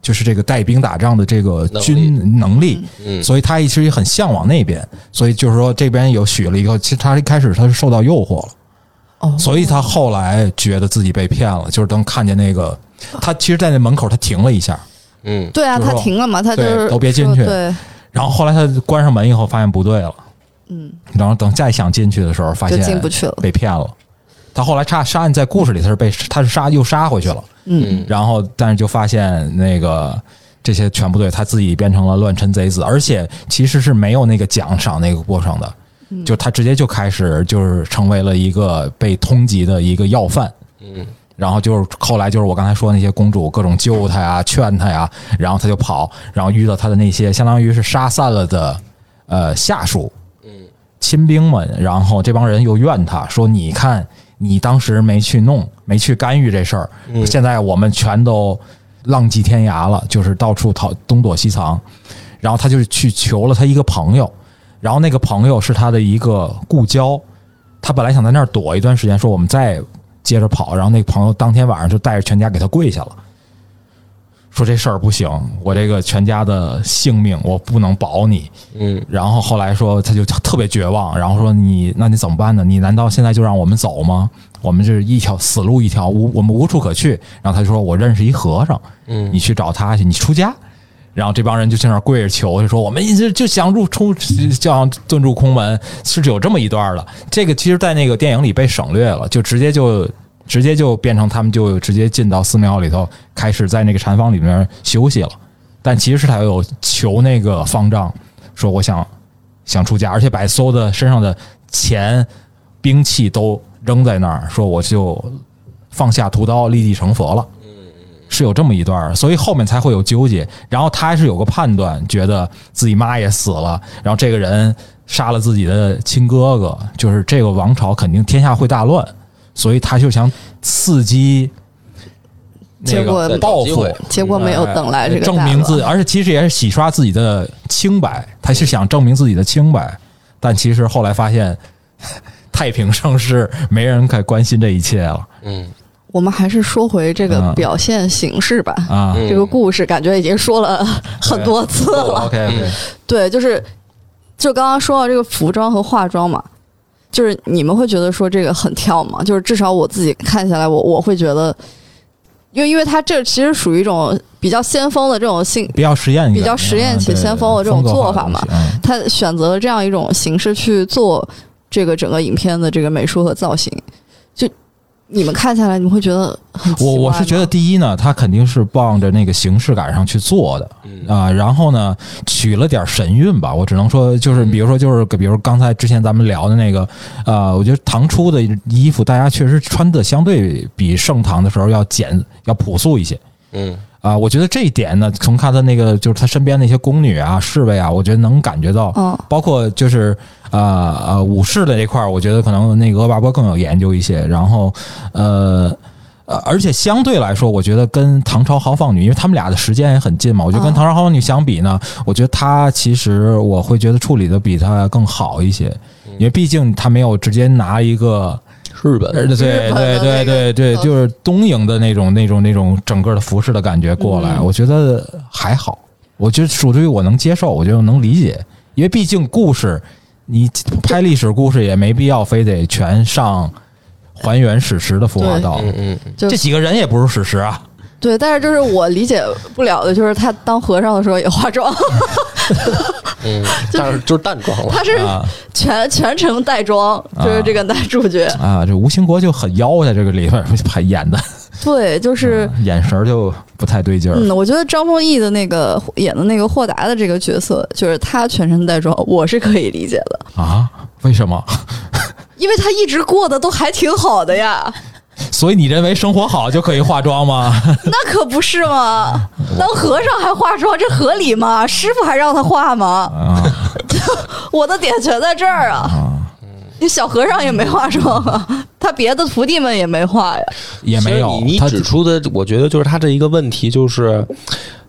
就是这个带兵打仗的这个
能力
军能力，
嗯
所以他一直也很向往那边，所以就是说这边有许了一个，其实他一开始他是受到诱惑了，
哦
所以他后来觉得自己被骗了，就是当看见那个，他其实，在那门口他停了一下。
嗯
对啊，
就是
他
说
停了嘛，他就
对
是
都别进
说
去
对，
然后后来他关上门以后，发现不对了，
嗯，
然后等再想进去的时候，发
就
现
进不去了，
被骗了。他后来差杀案在故事里他是被他是杀又杀回去了，
嗯，
嗯
然后但是就发现那个这些全不对，他自己变成了乱臣贼子，而且其实是没有那个奖赏那个过程的，就他直接就开始就是成为了一个被通缉的一个要犯。
嗯
然后就是后来就是我刚才说那些公主各种救他呀、劝他呀，然后他就跑，然后遇到他的那些相当于是杀散了的呃下属，
嗯，
亲兵们，然后这帮人又怨他说：“你看，你当时没去弄，没去干预这事儿，
嗯
现在我们全都浪迹天涯了，就是到处逃东躲西藏。”然后他就去求了他一个朋友，然后那个朋友是他的一个故交，他本来想在那儿躲一段时间，说我们再接着跑。然后那个朋友当天晚上就带着全家给他跪下了，说这事儿不行，我这个全家的性命我不能保你。
嗯
然后后来说他就特别绝望，然后说你那你怎么办呢？你难道现在就让我们走吗？我们就是一条死路一条，无我们无处可去。然后他就说我认识一和尚，
嗯
你去找他去，你出家。然后这帮人就在那儿跪着求，就说我们一直就想入出，就想遁入空门，是有这么一段的。这个其实，在那个电影里被省略了，就直接就直接就变成他们就直接进到寺庙里头，开始在那个禅房里面休息了。但其实是他有求那个方丈，说我想想出家，而且把所有的身上的钱、兵器都扔在那儿，说我就放下屠刀，立地成佛了。是有这么一段儿，所以后面才会有纠结。然后他还是有个判断，觉得自己妈也死了，然后这个人杀了自己的亲哥哥，就是这个王朝肯定天下会大乱，所以他就想刺激那
结果
个报复，
结果没有等来这个
哎证
大
明
佬
自己，而且其实也是洗刷自己的清白，他是想证明自己的清白，但其实后来发现太平盛世，没人再关心这一切了
嗯
我们还是说回这个
嗯
表现形式吧。
啊。
嗯
这个故事感觉已经说了很多次了，
OK，
对，就是就刚刚说到这个服装和化妆嘛，就是你们会觉得说这个很跳吗？就是至少我自己看下来我，我会觉得，因为因为它这其实属于一种比较先锋的这种性，
比较实验一点，
比较实验且
嗯对
先锋的这种
风格
做法
化的
嘛
东西。嗯
他选择了这样一种形式去做这个整个影片的这个美术和造型，就你们看下来，你们会觉得很奇
我我
怪
是觉
吗
得第一呢，他肯定是傍着那个形式感上去做的
嗯
啊、然后呢，取了点神韵吧。我只能说，就是比如说，就是比如刚才之前咱们聊的那个，呃，我觉得唐初的衣服，大家确实穿的相对比盛唐的时候要简要朴素一些。
嗯
啊、我觉得这一点呢，从看他那个就是他身边那些宫女啊、侍卫啊，我觉得能感觉到，
嗯
包括就是呃呃武士的这块儿，我觉得可能那个恶霸波更有研究一些。然后呃呃，而且相对来说，我觉得跟唐朝豪放女，因为他们俩的时间也很近嘛，我觉得跟
嗯
唐朝豪放女相比呢，我觉得她其实我会觉得处理的比她更好一些，因为毕竟她没有直接拿一个。
日本
呃
日本
对对
的
对
那
对
个
对，
嗯
就是东瀛的那种那种那种整个的服饰的感觉过来，
嗯
我觉得还好，我觉得属于我能接受，我觉得我能理解，因为毕竟故事，你拍历史故事也没必要非得全上。还原史实的符号
对
道路。
嗯嗯，
就
这几个人也不是史实啊，
对，但是就是我理解不了的，就是他当和尚的时候也化妆，
嗯，但是就是淡妆了。
他是
啊
全全程带妆，
啊
就是这个男主角。
啊，这吴兴国就很妖在这个里边拍演的，
对，就是
眼神儿就不太对劲儿。
嗯，我觉得张丰毅的那个演的那个霍达的这个角色，就是他全身带妆，我是可以理解的，
啊？为什么？
因为他一直过得都还挺好的 呀，
所以你认为生活好就可以化妆吗？
那可不是吗？
嗯
当和尚还化妆，这合理吗？师傅还让他化吗？
啊
我的点全在这儿啊！
啊，
那小和尚也没化妆
嗯
啊，他别的徒弟们也没化呀。
也没有
其实。你你
他
指出的，我觉得就是他这一个问题，就是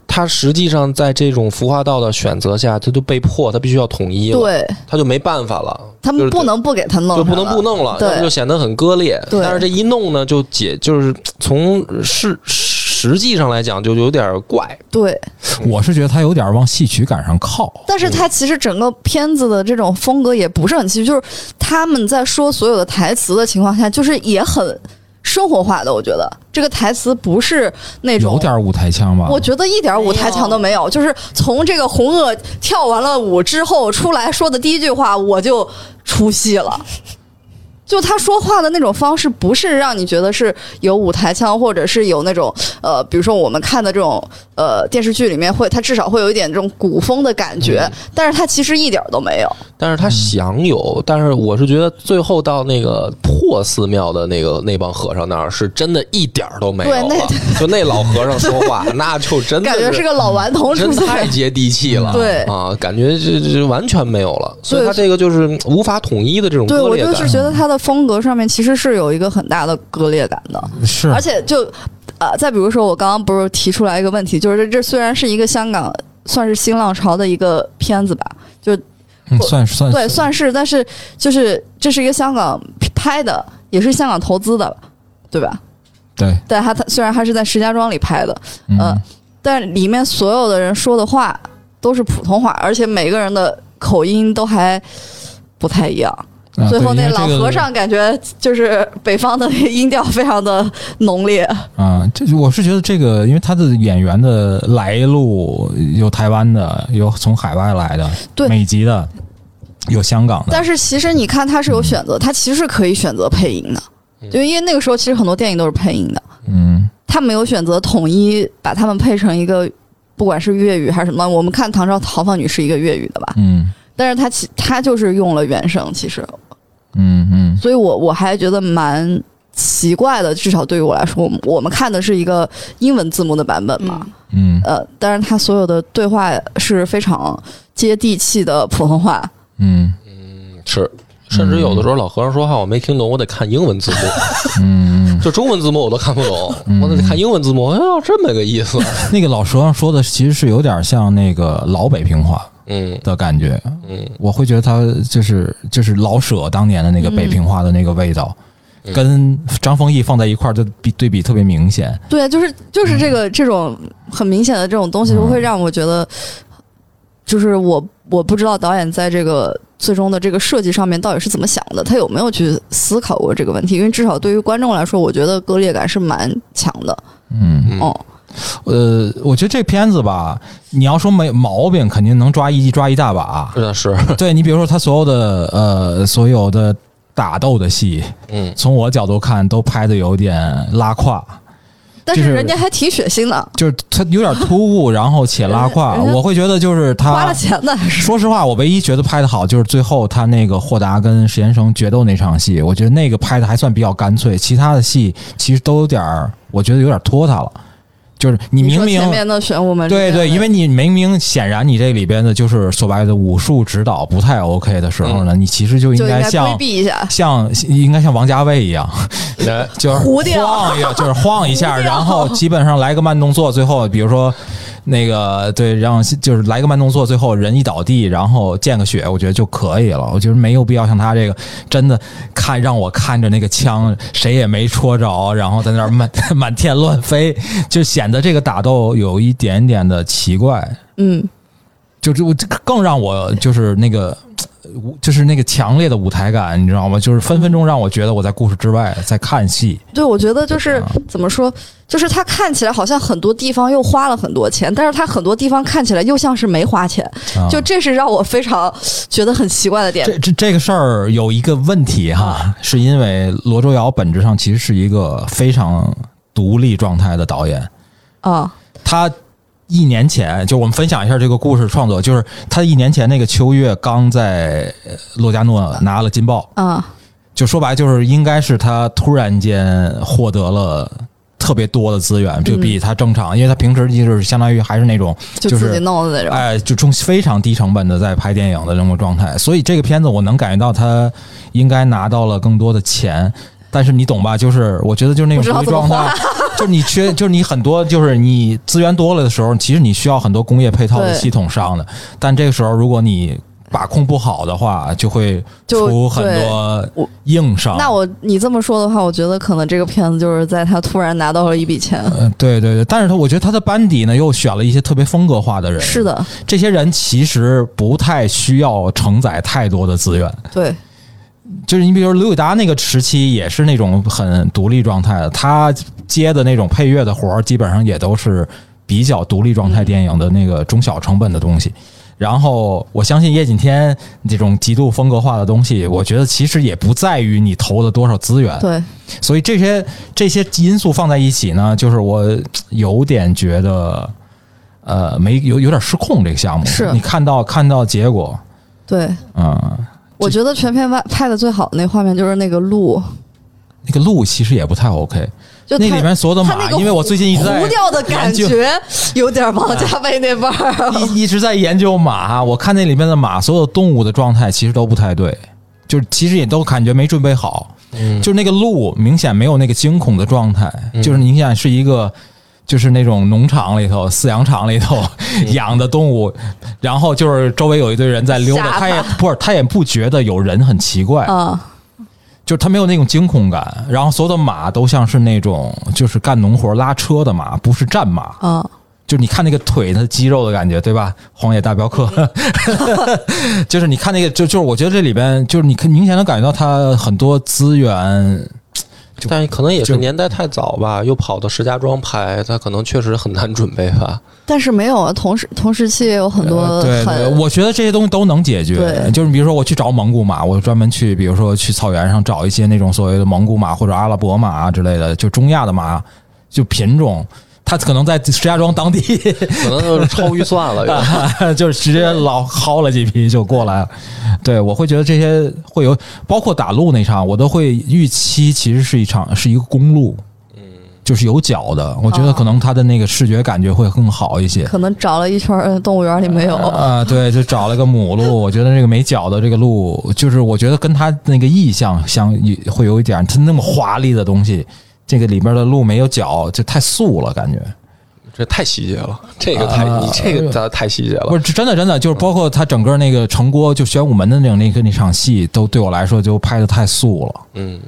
他实际上在这种服化道的选择下，他就被迫，他必须要统一了，
对
他就没办法了。
他
就
们
是
不能不给他弄，
就不能不。弄了，
对
要不就显得很割裂。
对
但是这一弄呢，就解就是从事实际上来讲，就有点怪。
对，
我是觉得他有点往戏曲感上靠。
但是他其实整个片子的这种风格也不是很奇，就是他们在说所有的台词的情况下，就是也很生活化的。我觉得这个台词不是那种
有点舞台腔
啊
吧？
我觉得一点舞台腔都没有，就是从这个红萼跳完了舞之后出来说的第一句话，我就出戏 了。就他说话的那种方式，不是让你觉得是有舞台腔，或者是有那种呃，比如说我们看的这种呃电视剧里面会，他至少会有一点这种古风的感觉，
嗯
但是他其实一点都没有。
但是他
嗯
想有，但是我是觉得最后到那个破寺庙的那个那帮和尚那儿，是真的一点儿都没有
对那
了。就那老和尚说 话，那就真的
感觉是个老顽童
真
出
太
来。
接地气 了，
对
啊，感觉这这完全没有了，所以
对
他这个就是无法统一的这种
对，
割
我
裂
就是
感。
觉得他的风格上面其实是有一个很大的割裂感的。
得是
而，且就呃，再比如说，我刚刚不是提出来一个问题，就是这这虽然是一个香港算是新浪潮的一个片子吧，就
嗯算是算
对，
是
算是，但是就是这是一个香港拍的，也是香港投资的，对吧？
对，
但他他虽然他是在石家庄里拍的，
嗯
呃，但里面所有的人说的话都是普通话，而且每个人的口音都还不太一样。
啊
最后
对
那
因为
老
这个
和尚感觉就是北方的音调非常的浓烈，
啊，这我是觉得这个，因为他的演员的来路有台湾的，有从海外来的，
对
美籍的，有香港的，
但是其实你看，他是有选择，他其实可以选择配音的，就因为那个时候其实很多电影都是配音的，
嗯，
他没有选择统一把他们配成一个，不管是粤语还是什么。我们看《唐朝逃犯女》是一个粤语的吧，
嗯
但是他其他就是用了原声，其实，
嗯嗯，
所以我我还觉得蛮奇怪的，至少对于我来说，我们我们看的是一个英文字幕的版本嘛，
嗯
嗯
呃，但是他所有的对话是非常接地气的普通话，
嗯
是，甚至有的时候老和尚说话我没听懂，我得看英文字幕，
嗯，
就中文字幕我都看不懂， 我得看英文字幕，哎呦，这么个意思。
那个老和尚说的其实是有点像那个老北平话
嗯
的感觉，
嗯，
我会觉得他就是就是老舍当年的那个北平话的那个味道，
嗯
跟张丰毅放在一块儿就比对比特别明显。
对，啊就是就是这
嗯
个这种很明显的这种东西，就会让我觉得，就是我我不知道导演在这个最终的这个设计上面到底是怎么想的，他有没有去思考过这个问题？因为至少对于观众来说，我觉得割裂感是蛮强的。
嗯，
嗯
哦，
呃，我觉得这片子吧，你要说没毛病，肯定能抓一抓一大 把。
那是，
对你比如说他所有的呃所有的打斗的戏，
嗯，
从我角度看都拍的有点拉胯，
但
就是啊
是人家还挺血腥的，
就是他有点突兀，然后且拉胯。
人家
我会觉得就是他
花了钱的还是。
说实话，我唯一觉得拍的好就是最后他那个霍达跟石岩生决斗那场戏，我觉得那个拍的还算比较干脆，其他的戏其实都有点儿，我觉得有点拖沓了。就是你明
你说
明
前面的玄武门之间
对
的，
对，因为你明明显然你这里边的就是所谓的武术指导不太 OK 的时候呢，你其实就应
嗯就应
该
该规
像
避一下，
像应该像王家卫一样，
哎
就是
糊掉
晃一下，就是晃一下，
糊掉
然后基本上来个慢动作，最后比如说那个对，让就是来个慢动作，最后人一倒地，然后见个血，我觉得就可以了。我觉得没有必要像他这个真的看让我看着那个枪谁也没戳着，然后在那儿满 满天乱飞，就显得这个打斗有一点点的奇怪。
嗯，
就是我这个更让我就是那个呃舞就是那个强烈的舞台感，你知道吗？就是分分钟让我觉得我在故事之外在看戏。
对，我觉得就是
啊
怎么说，就是它看起来好像很多地方又花了很多钱，但是它很多地方看起来又像是没花钱，
啊、
就这是让我非常觉得很奇怪的点。
这这这个事儿有一个问题哈，是因为罗周瑶本质上其实是一个非常独立状态的导演，
啊
他。一年前，就我们分享一下这个故事创作，就是他一年前那个《秋月》刚在呃洛迦诺拿了金豹，
啊
就说白了就是应该是他突然间获得了特别多的资源，
嗯
就比他正常，因为他平时就是相当于还是那种
就
就是
自己弄的那种。
哎，就中非常低成本的在拍电影的那种状态，所以这个片子我能感觉到他应该拿到了更多的钱，但是你懂吧？就是我觉得就是那种
不知道怎么
独立状态，就是你缺，就是你很多就是你资源多了的时候，其实你需要很多工业配套的
对
系统上的，但这个时候如果你把控不好的话，就会
就
出很
对
多
我
硬伤。
那我你这么说的话，我觉得可能这个片子就是在他突然拿到了一笔钱。
嗯，对对对，但是他我觉得他的班底呢，又选了一些特别风格化的人。
是，的，
这些人其实不太需要承载太多的资源。
对，
就是你比如刘伟达那个时期，也是那种很独立状态的，他接的那种配乐的活儿，基本上也都是比较独立状态电影的那个中小成本的东西。然后我相信叶锦添这种极度风格化的东西，我觉得其实也不在于你投了多少资源，
对，
所以这些这些因素放在一起呢，就是我嘖有点觉得，呃，没有有点失控这个项目。
是
你看到看到结果，
对。
嗯，
我觉得全片拍拍的最好的那画面就是那个鹿，
那个路其实也不太 OK。
就
那
它
里面所有的
他那
马，
个
因为我最近一直在哎
糊掉的感
研究
觉有点王家卫那味儿。
哦
一一直在研究马，我看那里面的马，所有动物的状态其实都不太对，就是其实也都感觉没准备好，
嗯，
就是那个鹿明显没有那个惊恐的状态，
嗯
就是明显是一个。就是那种农场里头、饲养场里头
嗯
养的动物，然后就是周围有一堆人在溜
吓
达，他也不是他也不觉得有人很奇怪，
哦
啊，
就是他没有那种惊恐感。然后所有的马都像是那种就是干农活拉车的马，不是战马。
啊，
就你看那个腿，它肌肉的感觉，对吧？荒野大镖客， 就是你看那个，就就是我觉得这里边，就是你可明显能感觉到它很多资源，呃就
但可能也是
就
年代太早吧，又跑到石家庄拍，他可能确实很难准备吧。
但是没有啊，同时同时期也有很多
呃对对，
很
我觉得这些东西都能解决。
对
就是比如说我去找蒙古马，我专门去，比如说去草原上找一些那种所谓的蒙古马或者阿拉伯马啊之类的，就中亚的马，就品种。它可能在石家庄当地，
可能就是超预算了， 又
就是直接老薅了几批就过来了。对，我会觉得这些会有，包括打路那场，我都会预期其实是一场是一个公路，嗯，就是有脚的。我觉得可能它的那个视觉感觉会更好一些。
哦可能找了一圈儿，呃动物园里没有。
啊、对，就找了个母鹿。我觉得这个没脚的这个鹿，就是我觉得跟它那个意象相会有一点，它那么华丽的东西，这个里边的鹿没有脚，就太素了，感觉。
这太细节了，哎这个太、
啊
你这个咋太细节
不
了。
是真的，真的就是包括他整个那个城郭，就玄武门的那种那个那场戏，都对我来说就拍的太素了，
嗯，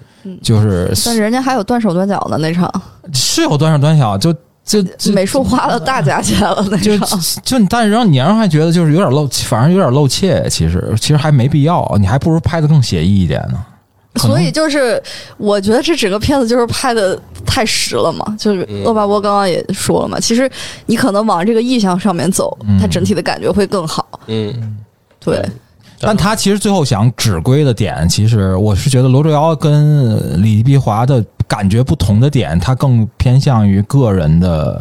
就是
但人家还有断手断脚的那场，
是有短小短小，就就就
美术花了大价钱了那
就
场。
就你，但是让你让人还觉得就是有点露，反正有点露怯，其实其实还没必要，你还不如拍的更写意一点呢。可能
所以就是，我觉得这整个片子就是拍的太实了嘛。就是
嗯
恶霸波刚刚也说了嘛，其实你可能往这个意向上面走，
嗯
它整体的感觉会更好。
嗯，
对，
但他其实最后想指归的点，其实我是觉得罗卓瑶跟李碧华的感觉不同的点，他更偏向于个人的，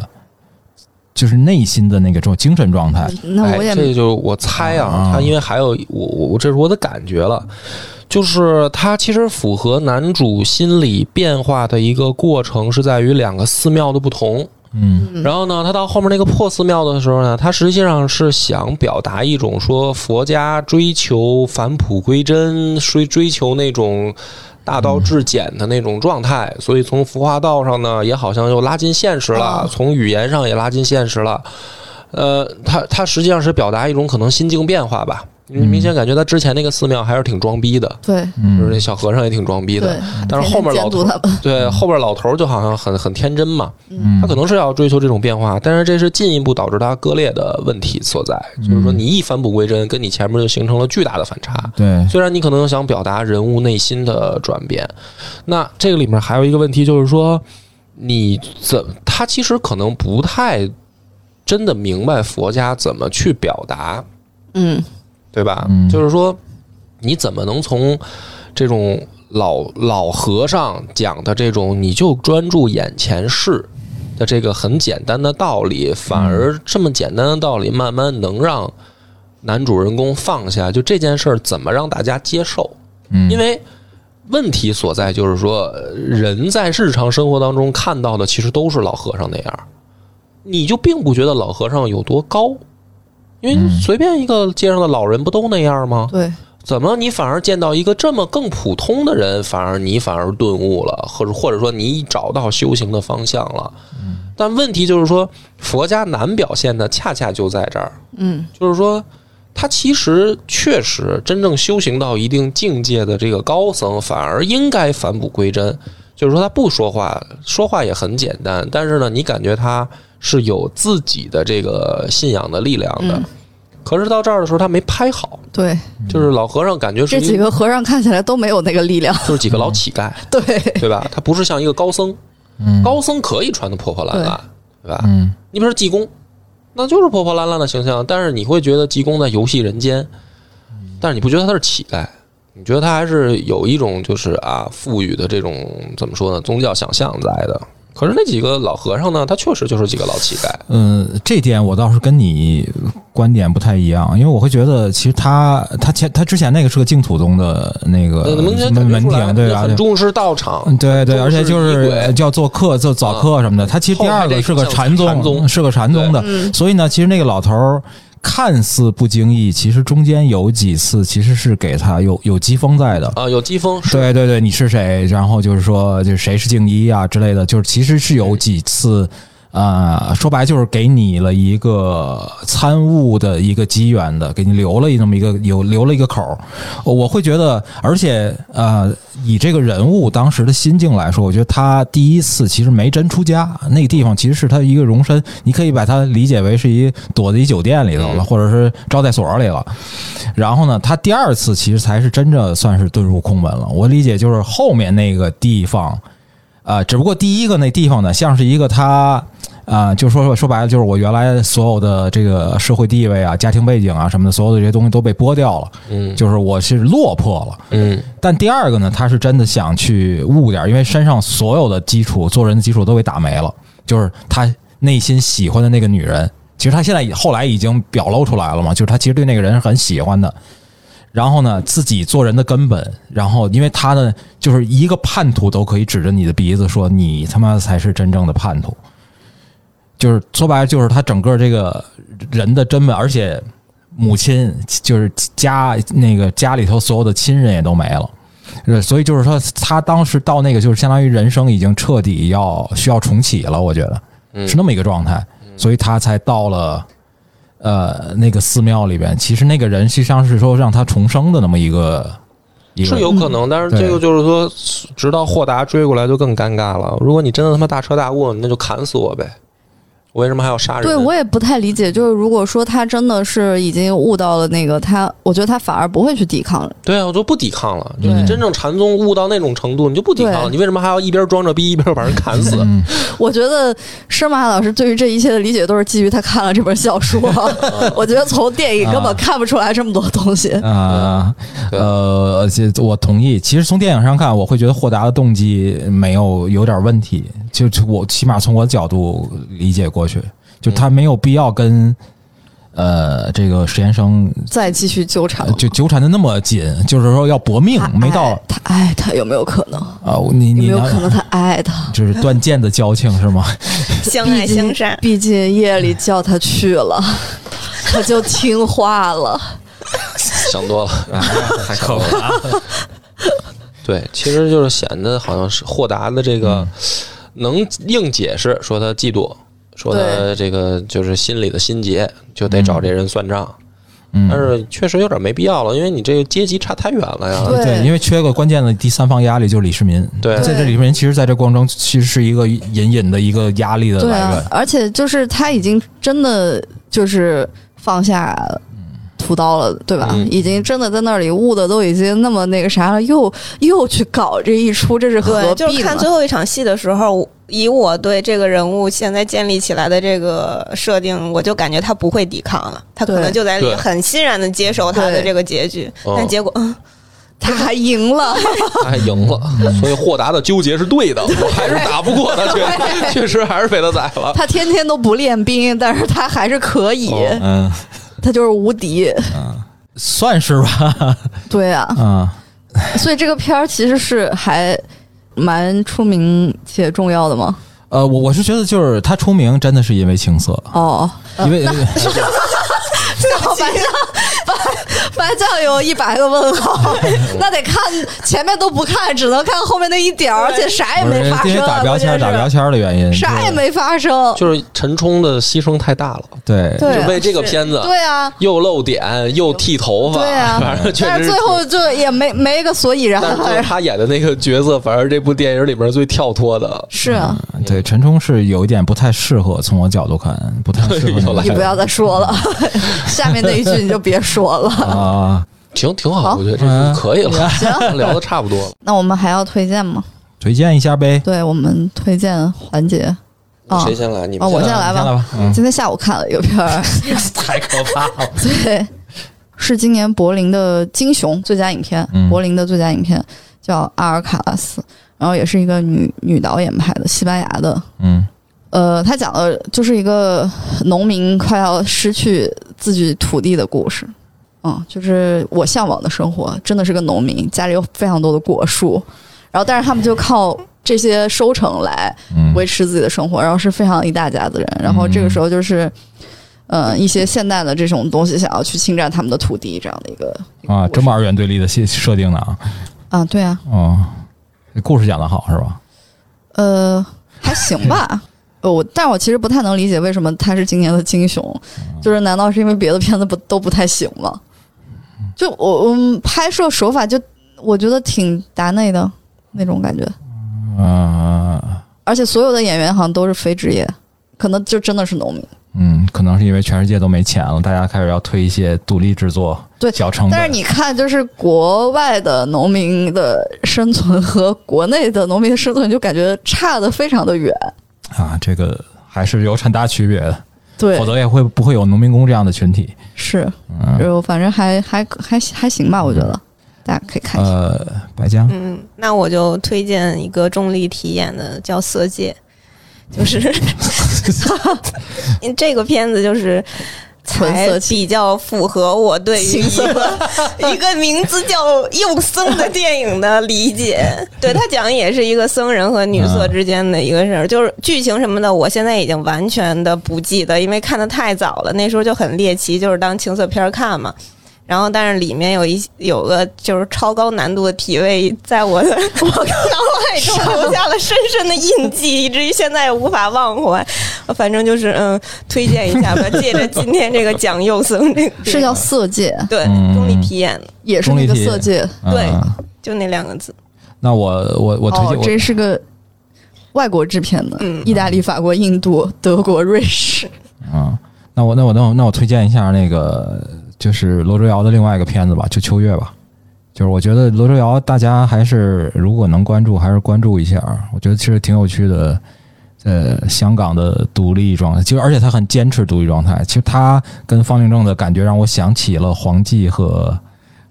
就是内心的那个状精神状态。
那
哎
我也，
这就是我猜啊
啊，
他因为还有我我我这是我的感觉了，就是他其实符合男主心理变化的一个过程，是在于两个寺庙的不同。
嗯
嗯
然后呢，他到后面那个破寺庙的时候呢，他实际上是想表达一种说佛家追求返璞归真，追追求那种大道至简的那种状态，所以从服化道上呢，也好像又拉近现实了，
啊
从语言上也拉近现实了。呃，他他实际上是表达一种可能心境变化吧。
嗯
你明显感觉他之前那个寺庙还是挺装逼的，
对
就是
嗯
那小和尚也挺装逼的
对，，
但是后面老
监督
头
他们，
对后边老头就好像很很天真嘛，
嗯，
他可能是要追求这种变化，但是这是进一步导致他割裂的问题所在。就是说，你一返璞归真，跟你前面就形成了巨大的反差。
对，
虽然你可能想表达人物内心的转变，那这个里面还有一个问题就是说，你怎他其实可能不太真的明白佛家怎么去表达，
嗯，
对吧？
嗯
就是说，你怎么能从这种老老和尚讲的这种你就专注眼前事的这个很简单的道理，反而这么简单的道理，慢慢能让男主人公放下？就这件事儿，怎么让大家接受？
嗯
因为问题所在就是说，呃人在日常生活当中看到的其实都是老和尚那样儿，你就并不觉得老和尚有多高，因为随便一个街上的老人不都那样吗？
对，
怎么你反而见到一个这么更普通的人，反而你反而顿悟了，或者或者说你找到修行的方向了？但问题就是说，佛家难表现的恰恰就在这儿，
嗯，
就是说，他其实确实真正修行到一定境界的这个高僧，反而应该返璞归真。就是说，他不说话，说话也很简单，但是呢，你感觉他是有自己的这个信仰的力量的。
嗯
可是到这儿的时候，他没拍好，
对，
就是老和尚感觉是
这
一
几个和尚看起来都没有那个力量，
就是几个老乞丐，
对，
对吧？他不是像一个高僧，
嗯
高僧可以穿的破破烂烂，对吧？
嗯
你比如说济公，那就是破破烂烂的形象，但是你会觉得济公在游戏人间，但是你不觉得他是乞丐，你觉得他还是有一种就是啊富裕的这种怎么说呢宗教想象在的。可是那几个老和尚呢，他确实就是几个老乞丐，
嗯，这点我倒是跟你观点不太一样，因为我会觉得其实他他前他之前那个是个净土宗的那个
能感
呃门
觉
门
出来
庭，对吧？
很重视道场，
嗯，对对，
重
而且就
视仪轨嗯
是要做客、做早课什么的。他其实第二个是个禅
后面这个像禅宗嗯
宗，是个禅宗的。所以呢，其实那个老头儿看似不经意，其实中间有几次其实是给他有有机锋在的。
啊，有机锋是
对对对，你是谁？然后就是说，就是谁是静一啊之类的，就是其实是有几次，呃，说白就是给你了一个参悟的一个机缘的，给你留了那么一个有留了一个口儿。我会觉得，而且呃，以这个人物当时的心境来说，我觉得他第一次其实没真出家，那个地方其实是他一个容身，你可以把它理解为是一躲在一酒店里头了，
嗯
或者是招待所里了。然后呢，他第二次其实才是真正算是遁入空门了。我理解就是后面那个地方，呃，只不过第一个那地方呢，像是一个他。啊、就说说白了，就是我原来所有的这个社会地位啊、家庭背景啊什么的，所有的这些东西都被剥掉了，
嗯
就是我是落魄了。
嗯
但第二个呢，他是真的想去悟点儿，因为身上所有的基础、做人的基础都被打没了，就是他内心喜欢的那个女人。其实他现在后来已经表露出来了嘛，就是他其实对那个人是很喜欢的。然后呢，自己做人的根本，然后因为他呢，就是一个叛徒都可以指着你的鼻子说你他妈才是真正的叛徒，就是说白了，就是他整个这个人的真本，而且母亲就是家那个家里头所有的亲人也都没了。呃，所以就是说，他当时到那个就是相当于人生已经彻底要需要重启了，我觉得
嗯
是那么一个状态，所以他才到了呃那个寺庙里边。其实那个人实际上是说让他重生的那么一个一个
是有可能，但是
嗯对
这个就是说，直到霍达追过来就更尴尬了。如果你真的他妈大彻大悟，那就砍死我呗！我为什么还要杀人？
对我也不太理解，就是如果说他真的是已经悟到了那个他，我觉得他反而不会去抵抗，
对啊，我就不抵抗了。就
对
你真正禅宗悟到那种程度，你就不抵抗了。
对
你为什么还要一边装着逼一边把人砍死？
嗯，
我觉得施马老师对于这一切的理解都是基于他看了这本小说，我觉得从电影根本看不出来这么多东西。
啊
对
呃，而且我同意。其实从电影上看，我会觉得霍达的动机没有有点问题，就就我起码从我角度理解过去，就他没有必要跟呃这个实验生
再继续纠缠
呃，就纠缠的那么紧，就是说要搏命
他，
没到
爱他爱他有没有可能？
啊、你
有
你
没有
能
可能他爱他？
就是断剑的交情是吗？
相爱相杀。
毕竟夜里叫他去了，他就听话了。
想多了，
太可怕了，
对，其实就是显得好像是豁达的 这
嗯
个能硬解释，说他嫉妒，说他这个就是心里的心结，就得找这人算账。
嗯
但是确实有点没必要了，因为你这个阶级差太远了呀。
对
对，因为缺个关键的第三方压力，就是李世民。
对
在这李世民其实在这过程中，其实是一个隐隐的一个压力的
对
来
啊
源。，
而且就是他已经真的就是放下屠刀了，对吧？
嗯
已经真的在那里悟的都已经那么那个啥了，又又去搞这一出，这是 何
对，
必
就是看
呢
最后一场戏的时候，我以我对这个人物现在建立起来的这个设定，我就感觉他不会抵抗了，他可
对
能就在里
对
很欣然的接受他的
对
这个结局，
嗯
但结果，嗯，
他还赢了，
他还赢了，所以霍达的纠结是对的，我还是打不过他，确确实还是被他宰了。
他天天都不练兵，但是他还是可以，
哦
嗯，
他就是无敌。
算是吧。
对啊，
嗯，
所以这个片儿其实是还蛮出名且重要的嘛。
呃，我我是觉得就是他出名真的是因为情色，
哦，
因为呃
小白酱，白白酱有一百个问号，那得看前面都不看，只能看后面那一点儿，而且啥也
不
没
是
发
因为
生啊，
打标签
关键
儿打
是
标签儿的原因，
啥也没发生，
就是陈冲的牺牲太大了，
对
对
就
啊
为这个片子，
对啊，
又露点又剃头发，
对啊
反正确实。
但是最 后就也没没个所以然，
但是最后他演的那个角色，反而这部电影里面最跳脱的。
是啊，
对，陈冲是有一点不太适合，从我角度看不太适合
又
那个
来
你不要再说了，下面那一句你就别说了。
啊，
挺挺好，
好
我觉得这
嗯
就可以了， 聊的差不多了。
那我们还要推荐吗？
推荐一下呗。
对我们推荐环节啊
谁先来？你
啊，
们
我
先
先
来。
来
你先来
吧
吧嗯。
今天下午看了一个片儿，
太可怕了！
对，是今年柏林的金熊最佳影片，
嗯
柏林的最佳影片叫《阿尔卡拉斯》，然后也是一个女女导演拍的，西班牙的。
嗯
呃，她讲的就是一个农民快要失去自己土地的故事。嗯，就是我向往的生活，真的是个农民，家里有非常多的果树，然后但是他们就靠这些收成来
嗯，
维持自己的生活，然后是非常一大家子人。然后这个时候就是，呃，一些现代的这种东西想要去侵占他们的土地，这样的一个
啊，
这
这么二元对立的设设定呢啊，
啊，对啊，
哦，这故事讲得好是吧？
呃，还行吧。 呃我，但我其实不太能理解为什么他是今年的金熊，就是难道是因为别的片子不都不太行吗？就我我们拍摄手法就我觉得挺达内的那种感觉，
呃，
而且所有的演员好像都是非职业，可能就真的是农民。
嗯，可能是因为全世界都没钱了，大家开始要推一些独立制作，
对
小成本。
但是你看，就是国外的农民的生存和国内的农民的生存，就感觉差的非常的远。
啊，这个还是有很大区别的，
对
否，则也会不会有农民工这样的群体。
是，
嗯，
就反正还还还还行吧，我觉得大家可以看一下。
呃，白江，
嗯，那我就推荐一个钟丽缇演的叫《色戒》，就是 因为这个片子就是。
纯
才
色情
比较符合我对于一个 一个名字叫又僧的电影的理解。对他讲的也是一个僧人和女色之间的一个事儿，就是剧情什么的，我现在已经完全的不记得，因为看的太早了，那时候就很猎奇，就是当情色片儿看嘛。然后，但是里面有一有个就是超高难度的体位，在我的我脑海中留下了深深的印记，以至于现在也无法忘怀。反正就是嗯，推荐一下吧。借着今天这个讲幼僧这个
是叫《色戒
对
嗯
钟丽缇演的，》，
也是那个
钟丽缇
色戒
对
嗯
就那两个字。
那我我我推
哦
荐，我
这是个外国制片的，
嗯
意大利、法国、印度、德国、瑞士。
啊，那我那我那我那我推荐一下那个就是罗周瑶的另外一个片子吧，就《秋月》吧。就是我觉得罗周瑶，大家还是如果能关注，还是关注一下。我觉得其实挺有趣的，呃，香港的独立状态，其实而且他很坚持独立状态。其实他跟方令正的感觉让我想起了黄继和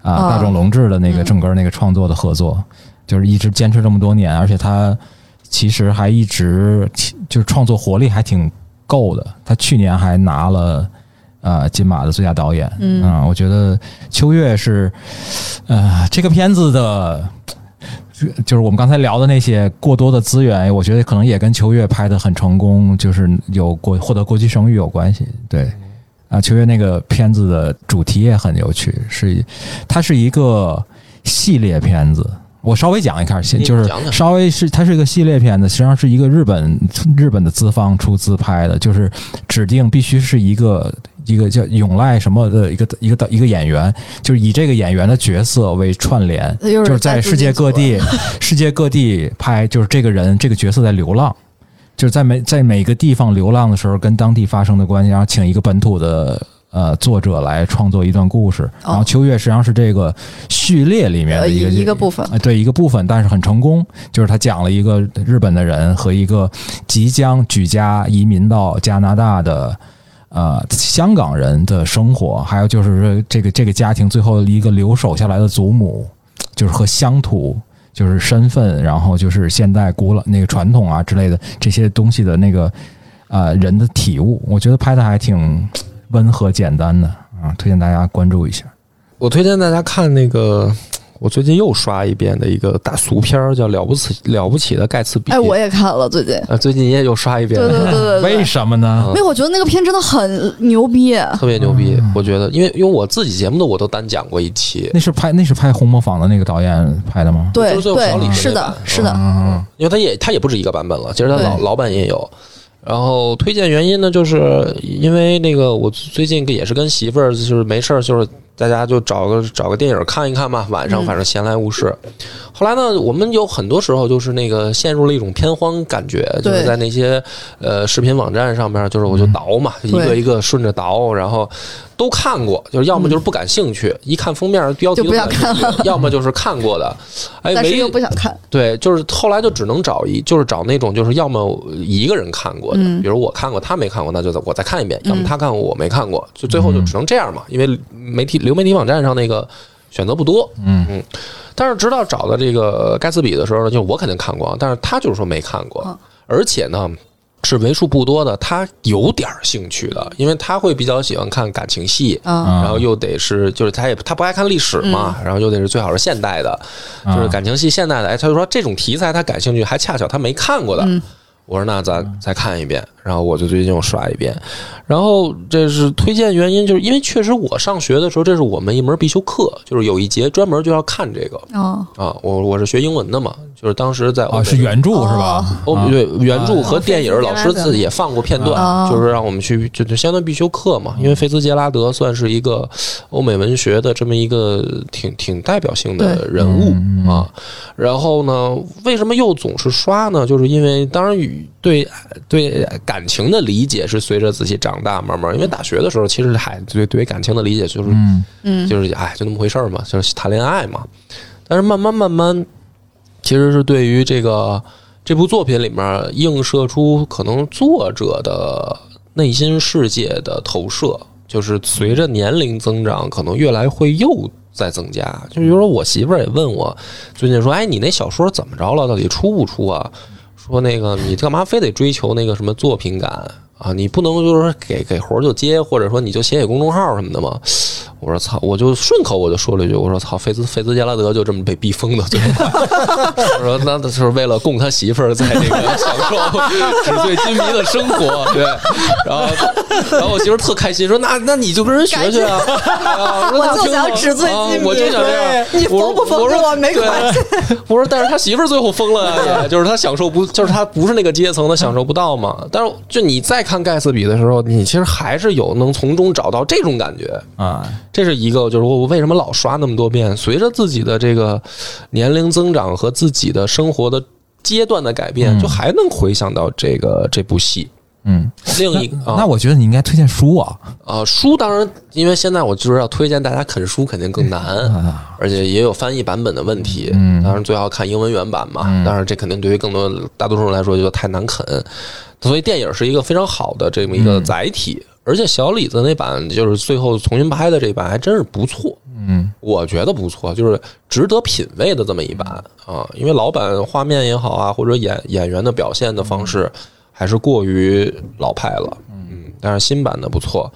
啊、
啊
大众龙志的那个整个那个创作的合作，就是一直坚持这么多年，而且他其实还一直就是创作活力还挺够的。他去年还拿了呃金马的最佳导演，
嗯
啊、我觉得《秋月》是呃这个片子的。就是我们刚才聊的那些过多的资源，我觉得可能也跟秋月拍的很成功，就是有国获得国际声誉有关系。对，啊，秋月那个片子的主题也很有趣，是它是一个系列片子。我稍微讲一下，先
你
就是
讲讲
稍微是它是一个系列片子，实际上是一个日本日本的资方出资拍的，就是指定必须是一个一个叫永濑什么的一个一个导一个演员，就是以这个演员的角色为串联，
那就是
就是在世界各地世界各地拍，就是这个人这个角色在流浪。就是在每在每个地方流浪的时候，跟当地发生的关系，然后请一个本土的呃作者来创作一段故事。
哦
然后秋月实际上是这个序列里面的
呃
一个
一个部分
啊，对一个部分，但是很成功。就是他讲了一个呃日本的人和一个即将举家移民到加拿大的呃香港人的生活，还有就是说这个这个家庭最后一个留守下来的祖母，就是和乡土。就是身份，然后就是现代古老那个传统啊之类的这些东西的那个呃人的体悟，我觉得拍的还挺温和简单的啊，推荐大家关注一下。
我推荐大家看那个，我最近又刷一遍的一个大俗片儿，叫《了不起了不起的盖茨比》。
哎，我也看了最近，
啊，最近也又刷一遍
对，对对对对，
为什么嗯呢？
没有，我觉得那个片真的很牛逼。
特别牛逼。我觉得，因为因为我自己节目的我都单讲过一期，
那是拍那是拍《红磨坊》的那个导演拍的吗？
对
就是最后小李
对，
那
是
版
的，是的，
嗯，
因为它也它也不止一个版本了，其实它老
对
老版也有。然后推荐原因呢，就是因为那个我最近也是跟媳妇儿，就是没事儿，就是大家就找个找个电影看一看嘛，晚上
嗯
反正闲来无事。后来呢，我们有很多时候就是那个陷入了一种片荒感觉，就是
对
在那些呃视频网站上面，就是我就倒嘛，一个
对
一个顺着倒，然后都看过，就是要么就是不感兴趣，一看封面标
嗯
题
就
都
不想
感 兴趣要么就是看过的，哎，
但
唯
是
一
又不想看。
对，就是后来就只能找一，就是找那种就是要么一个人看过的，
嗯
比如我看过，他没看过，那就再我再看一遍；要么
嗯
他看过，我没看过，就最后就只能这样嘛，因为媒体流媒体网站上那个选择不多。
嗯
但是直到找到这个盖茨比的时候呢，就我肯定看过，但是他就是说没看过，
哦
而且呢。是为数不多的，他有点儿兴趣的，因为他会比较喜欢看感情戏，
嗯
啊，
然后又得是就是他也他不爱看历史嘛，
嗯
然后又得是最好是现代的，
啊
就是感情戏现代的。哎，他就说这种题材他感兴趣，还恰巧他没看过的。
嗯
我说那咱
嗯
再看一遍，然后我就最近又刷一遍，然后这是推荐原因，就是因为确实我上学的时候，这是我们一门必修课，就是有一节专门就要看这个
哦，
啊。我我是学英文的嘛，就是当时在欧
啊
美
是原著是吧？
哦，
啊
对，原著和
啊
电影
菲茨杰
老
拉
师
德
自己也放过片段，
啊
就是让我们去就就相当于必修课嘛。因为菲茨杰拉德算是一个欧美文学的这么一个挺挺代表性的人物
嗯嗯
啊。然后呢，为什么又总是刷呢？就是因为当然与对对感情的理解是随着自己长大慢慢，因为大学的时候其实还对对于感情的理解就是
嗯
嗯，
就是哎，就那么回事儿嘛，就是谈恋爱嘛。但是慢慢慢慢，其实是对于这个这部作品里面映射出可能作者的内心世界的投射，就是随着年龄增长，可能越来会又在增加。就比如说，我媳妇儿也问我最近说，哎，你那小说怎么着了？到底出不出啊？说那个你干嘛非得追求那个什么作品感啊？你不能就是说给给活儿就接，或者说你就写写公众号什么的吗？我说操，我就顺口我就说了一句，我说操，菲兹菲兹杰拉德就这么被逼疯的，对吧？我说那就是为了供他媳妇儿在这个享受纸醉金迷的生活，对。然后，然后我媳妇儿特开心，说那那你就跟人学学啊，啊
我就想纸醉金迷
我就想这样，
对你疯不疯
我说
跟我没
对
关系
我说，但是他媳妇儿最后疯了呀， 也就是他享受不，就是他不是那个阶层，他享受不到嘛。但是就你再看盖茨比的时候，你其实还是有能从中找到这种感觉，
啊，
这是一个，就是我我为什么老刷那么多遍？随着自己的这个年龄增长和自己的生活的阶段的改变，
嗯
就还能回想到这个这部戏。
嗯，
另一
那
啊
那我觉得你应该推荐书啊
啊书当然，因为现在我就是要推荐大家啃书肯定更难，
啊，
而且也有翻译版本的问题。
嗯
当然最好看英文原版嘛。
嗯
当然这肯定对于更多大多数人来说就太难啃，所以电影是一个非常好的这么一个
嗯
载体。而且小李子那版就是最后重新拍的这版还真是不错。
嗯
我觉得不错，就是值得品味的这么一版啊。因为老版画面也好啊，或者演演员的表现的方式，还是过于老派了。嗯，但是新版的不错。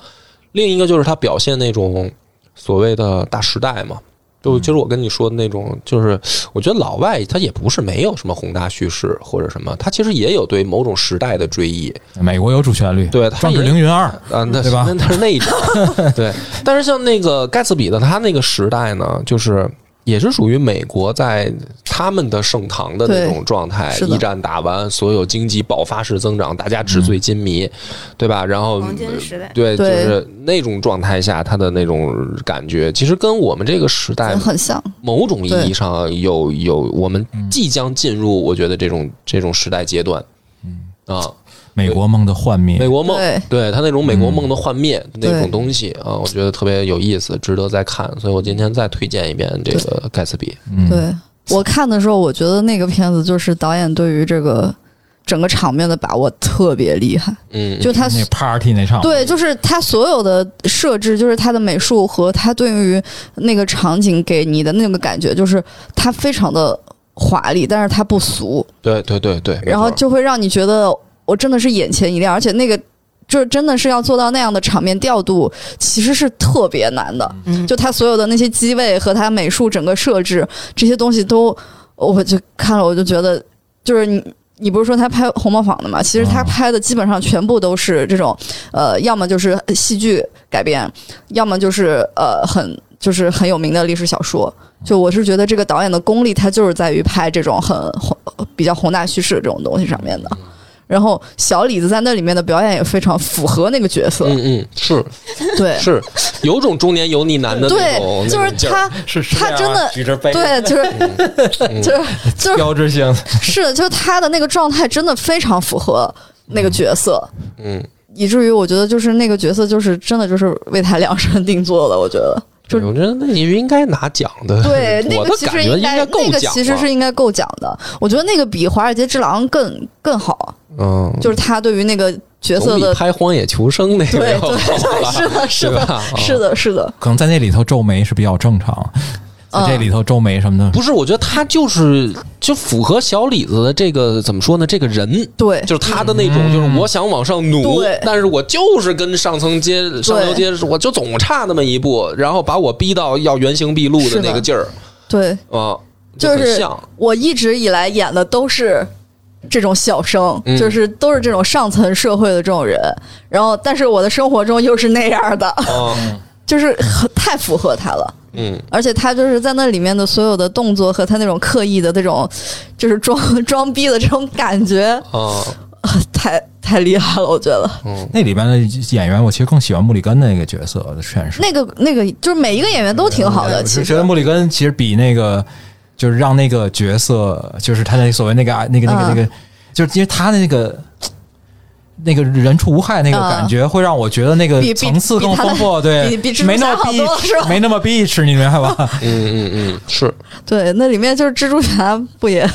另一个就是他表现那种所谓的大时代嘛，就就是我跟你说的那种，就是我觉得老外他也不是没有什么宏大叙事或者什么，他其实也有对某种时代的追忆。
美国有主旋律，
对他
《壮志
也
凌云二》
啊，那
对吧
那那是那一 种，对。但是像那个盖茨比的他那个时代呢，就是也是属于美国在他们的盛唐的那种状态，
是的
一战打完，所有经济爆发式增长，大家纸
嗯
醉金迷，对吧？然后
黄金时代
对，就
对
是那种状态下，他的那种感觉，其实跟我们这个时代
很像。
某种意义上有有，我们
嗯
即将进入，我觉得这种这种时代阶段，嗯啊，
美国梦的幻灭
美。国梦，
对
对他那种美国梦的幻灭那种
嗯对
东西啊，我觉得特别有意思，值得再看，所以我今天再推荐一遍这个盖茨比。
嗯，
对我看的时候，我觉得那个片子就是导演对于这个整个场面的把握特别厉害，
嗯，
就他
那 party 那场，
对，就是他所有的设置，就是他的美术和他对于那个场景给你的那个感觉，就是他非常的华丽，但是他不俗，
对对对对，
然后
没错
就会让你觉得我真的是眼前一亮，而且那个。就是真的是要做到那样的场面调度，其实是特别难的。
嗯
嗯
就他所有的那些机位和他美术整个设置这些东西都，我就看了我就觉得，就是你你不是说他拍《红磨坊》的嘛？其实他
啊
拍的基本上全部都是这种，呃，要么就是戏剧改编，要么就是呃很就是很有名的历史小说。就我是觉得这个导演的功力，他就是在于拍这种很宏比较宏大叙事这种东西上面的。然后小李子在那里面的表演也非常符合那个角色，
嗯嗯是
对
是，有种中年油腻男的那种，
对，就是
那种劲儿
他，
是是
他
这样啊
真的
举着杯，
对，就是
嗯
就是就是
标志性
是的，就是他的那个状态真的非常符合那个角色，
嗯，
以至于我觉得就是那个角色就是真的就是为他量身定做的，我觉得。就
对我觉得那你应该拿奖的，
对，那
我
个
的
其
感
实
觉
应该，
够
那个
奖
其实
了
是应该够奖的。我觉得那个比《华尔街之狼更》更好，
嗯，
就是他对于那个角色
总比
的，
拍《荒野求生》那个
对
要好
对，是的，
吧
是
对
的
吧，啊
是的，是的，嗯
可能在那里头皱眉是比较正常，在这里头皱眉什么的，
不是，我觉得他就是就符合小李子的这个怎么说呢？这个人。
对，
就是他的那种，就是我想往上努
对，
但是我就是跟上层阶、上流阶，我就总差那么一步，然后把我逼到要原形毕露
是
的
的
那个劲儿
对，
啊，
就
很
是
像，
我一直以来演的都是这种小生，
嗯
就是都是这种上层社会的这种人，然后但是我的生活中又是那样的，
嗯
就是很太符合他了。
嗯，
而且他就是在那里面的所有的动作和他那种刻意的这种，就是装 装逼的这种感觉，
啊，
太太厉害了，我觉得
那里边的演员，我其实更喜欢穆里根的那个角色的诠释。
那个那个就是每一个演员都挺好的，
哎我
其
是觉
实
得穆里根其实比那个就是让那个角色，就是他那所谓那个啊那个那
嗯
个那个，就是因为他的那个。那个人畜无害那个
嗯
感觉，会让我觉得那个
比比
层次更
比他的
丰富，对，
比比蜘蛛
没那么
侠好多了
bitch，
是吧
没那么 bitch，你明白吧？
嗯嗯嗯，是
对，那里面就是蜘蛛侠不也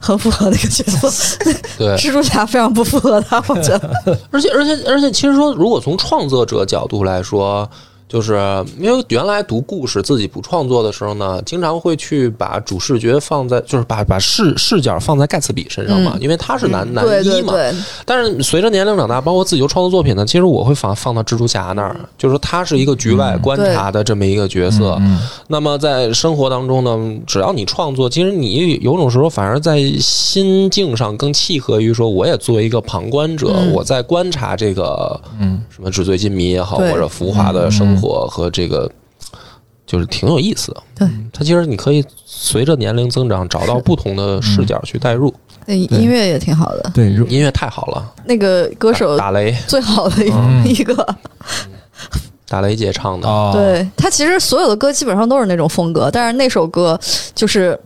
很符合那个角色？
对，
蜘蛛侠非常不符合他，我觉得。
而且而且而且，其实说，如果从创作者角度来说，就是因为原来读故事自己不创作的时候呢，经常会去把主视觉放在，就是把把视视角放在盖茨比身上嘛，因为他是男、
嗯
男
对
一
对
嘛。
对，
但是随着年龄长大，包括自己就创作作品呢，其实我会放放到蜘蛛侠那儿，
嗯
就是说他是一个局外观察的这么一个角色。
嗯
那么在生活当中呢，只要你创作，其实你有种时候反而在心境上更契合于说，我也作为一个旁观者，
嗯
我在观察这个
嗯，
什么纸醉金迷也好，
对嗯
或者浮华的生活和这个。就是挺有意思的，
对
它其实你可以随着年龄增长，找到不同的视角去代入。
那音乐也挺好的，
对，如
音乐太好了，
那个歌手
打雷，
最好的一
嗯
一个，
打雷姐唱的，
哦，
对他其实所有的歌基本上都是那种风格，但是那首歌就是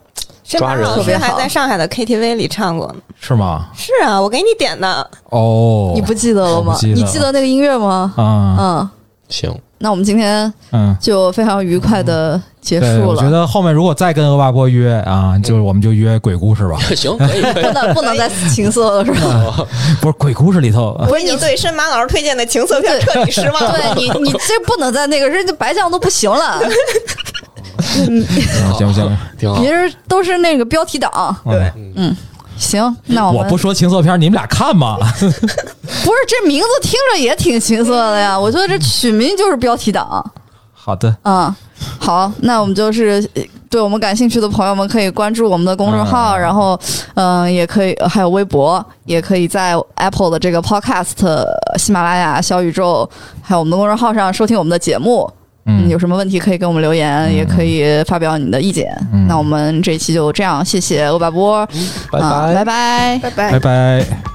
申
抓
马
人
老师还在上海的 KTV 里唱过呢。
是吗？
是啊，我给你点的。
哦，
你不记得了吗
我？不记得
你记得那个音乐吗？
啊，
嗯，
行，
那我们今天
嗯，
就非常愉快的结
对，
束
我觉
了，
得后面如果再跟恶霸波约啊，就是我们就约鬼 故事吧，
行，可以，可以
不。能不能再情色了，是吧？
不是鬼故事里头，啊
我已经对申马老师推荐的情色片彻底失望了。
对你， 你这不能再那个，人家白酱都不行 了，
啊行不行？
挺好
别。人都是那个标题党。
对，
行，那我
我
们
不说情色片，你们俩看 吧。
不是这名字听着也挺情色的呀，我觉得这取名就是标题党。
好的，
嗯，好，那我们就是呃对我们感兴趣的朋友们可以关注我们的公众号，
啊
嗯
然后嗯、呃也可以呃还有微博，也可以在 Apple 的这个 Podcast、呃喜马拉雅、小宇宙，还有我们的公众号上收听我们的节目。嗯，有什么问题可以给我们留言，
嗯
也可以发表你的意见。那我们这一期就这样，谢谢欧巴波，
拜
啊拜
拜
拜。
拜拜
拜。拜。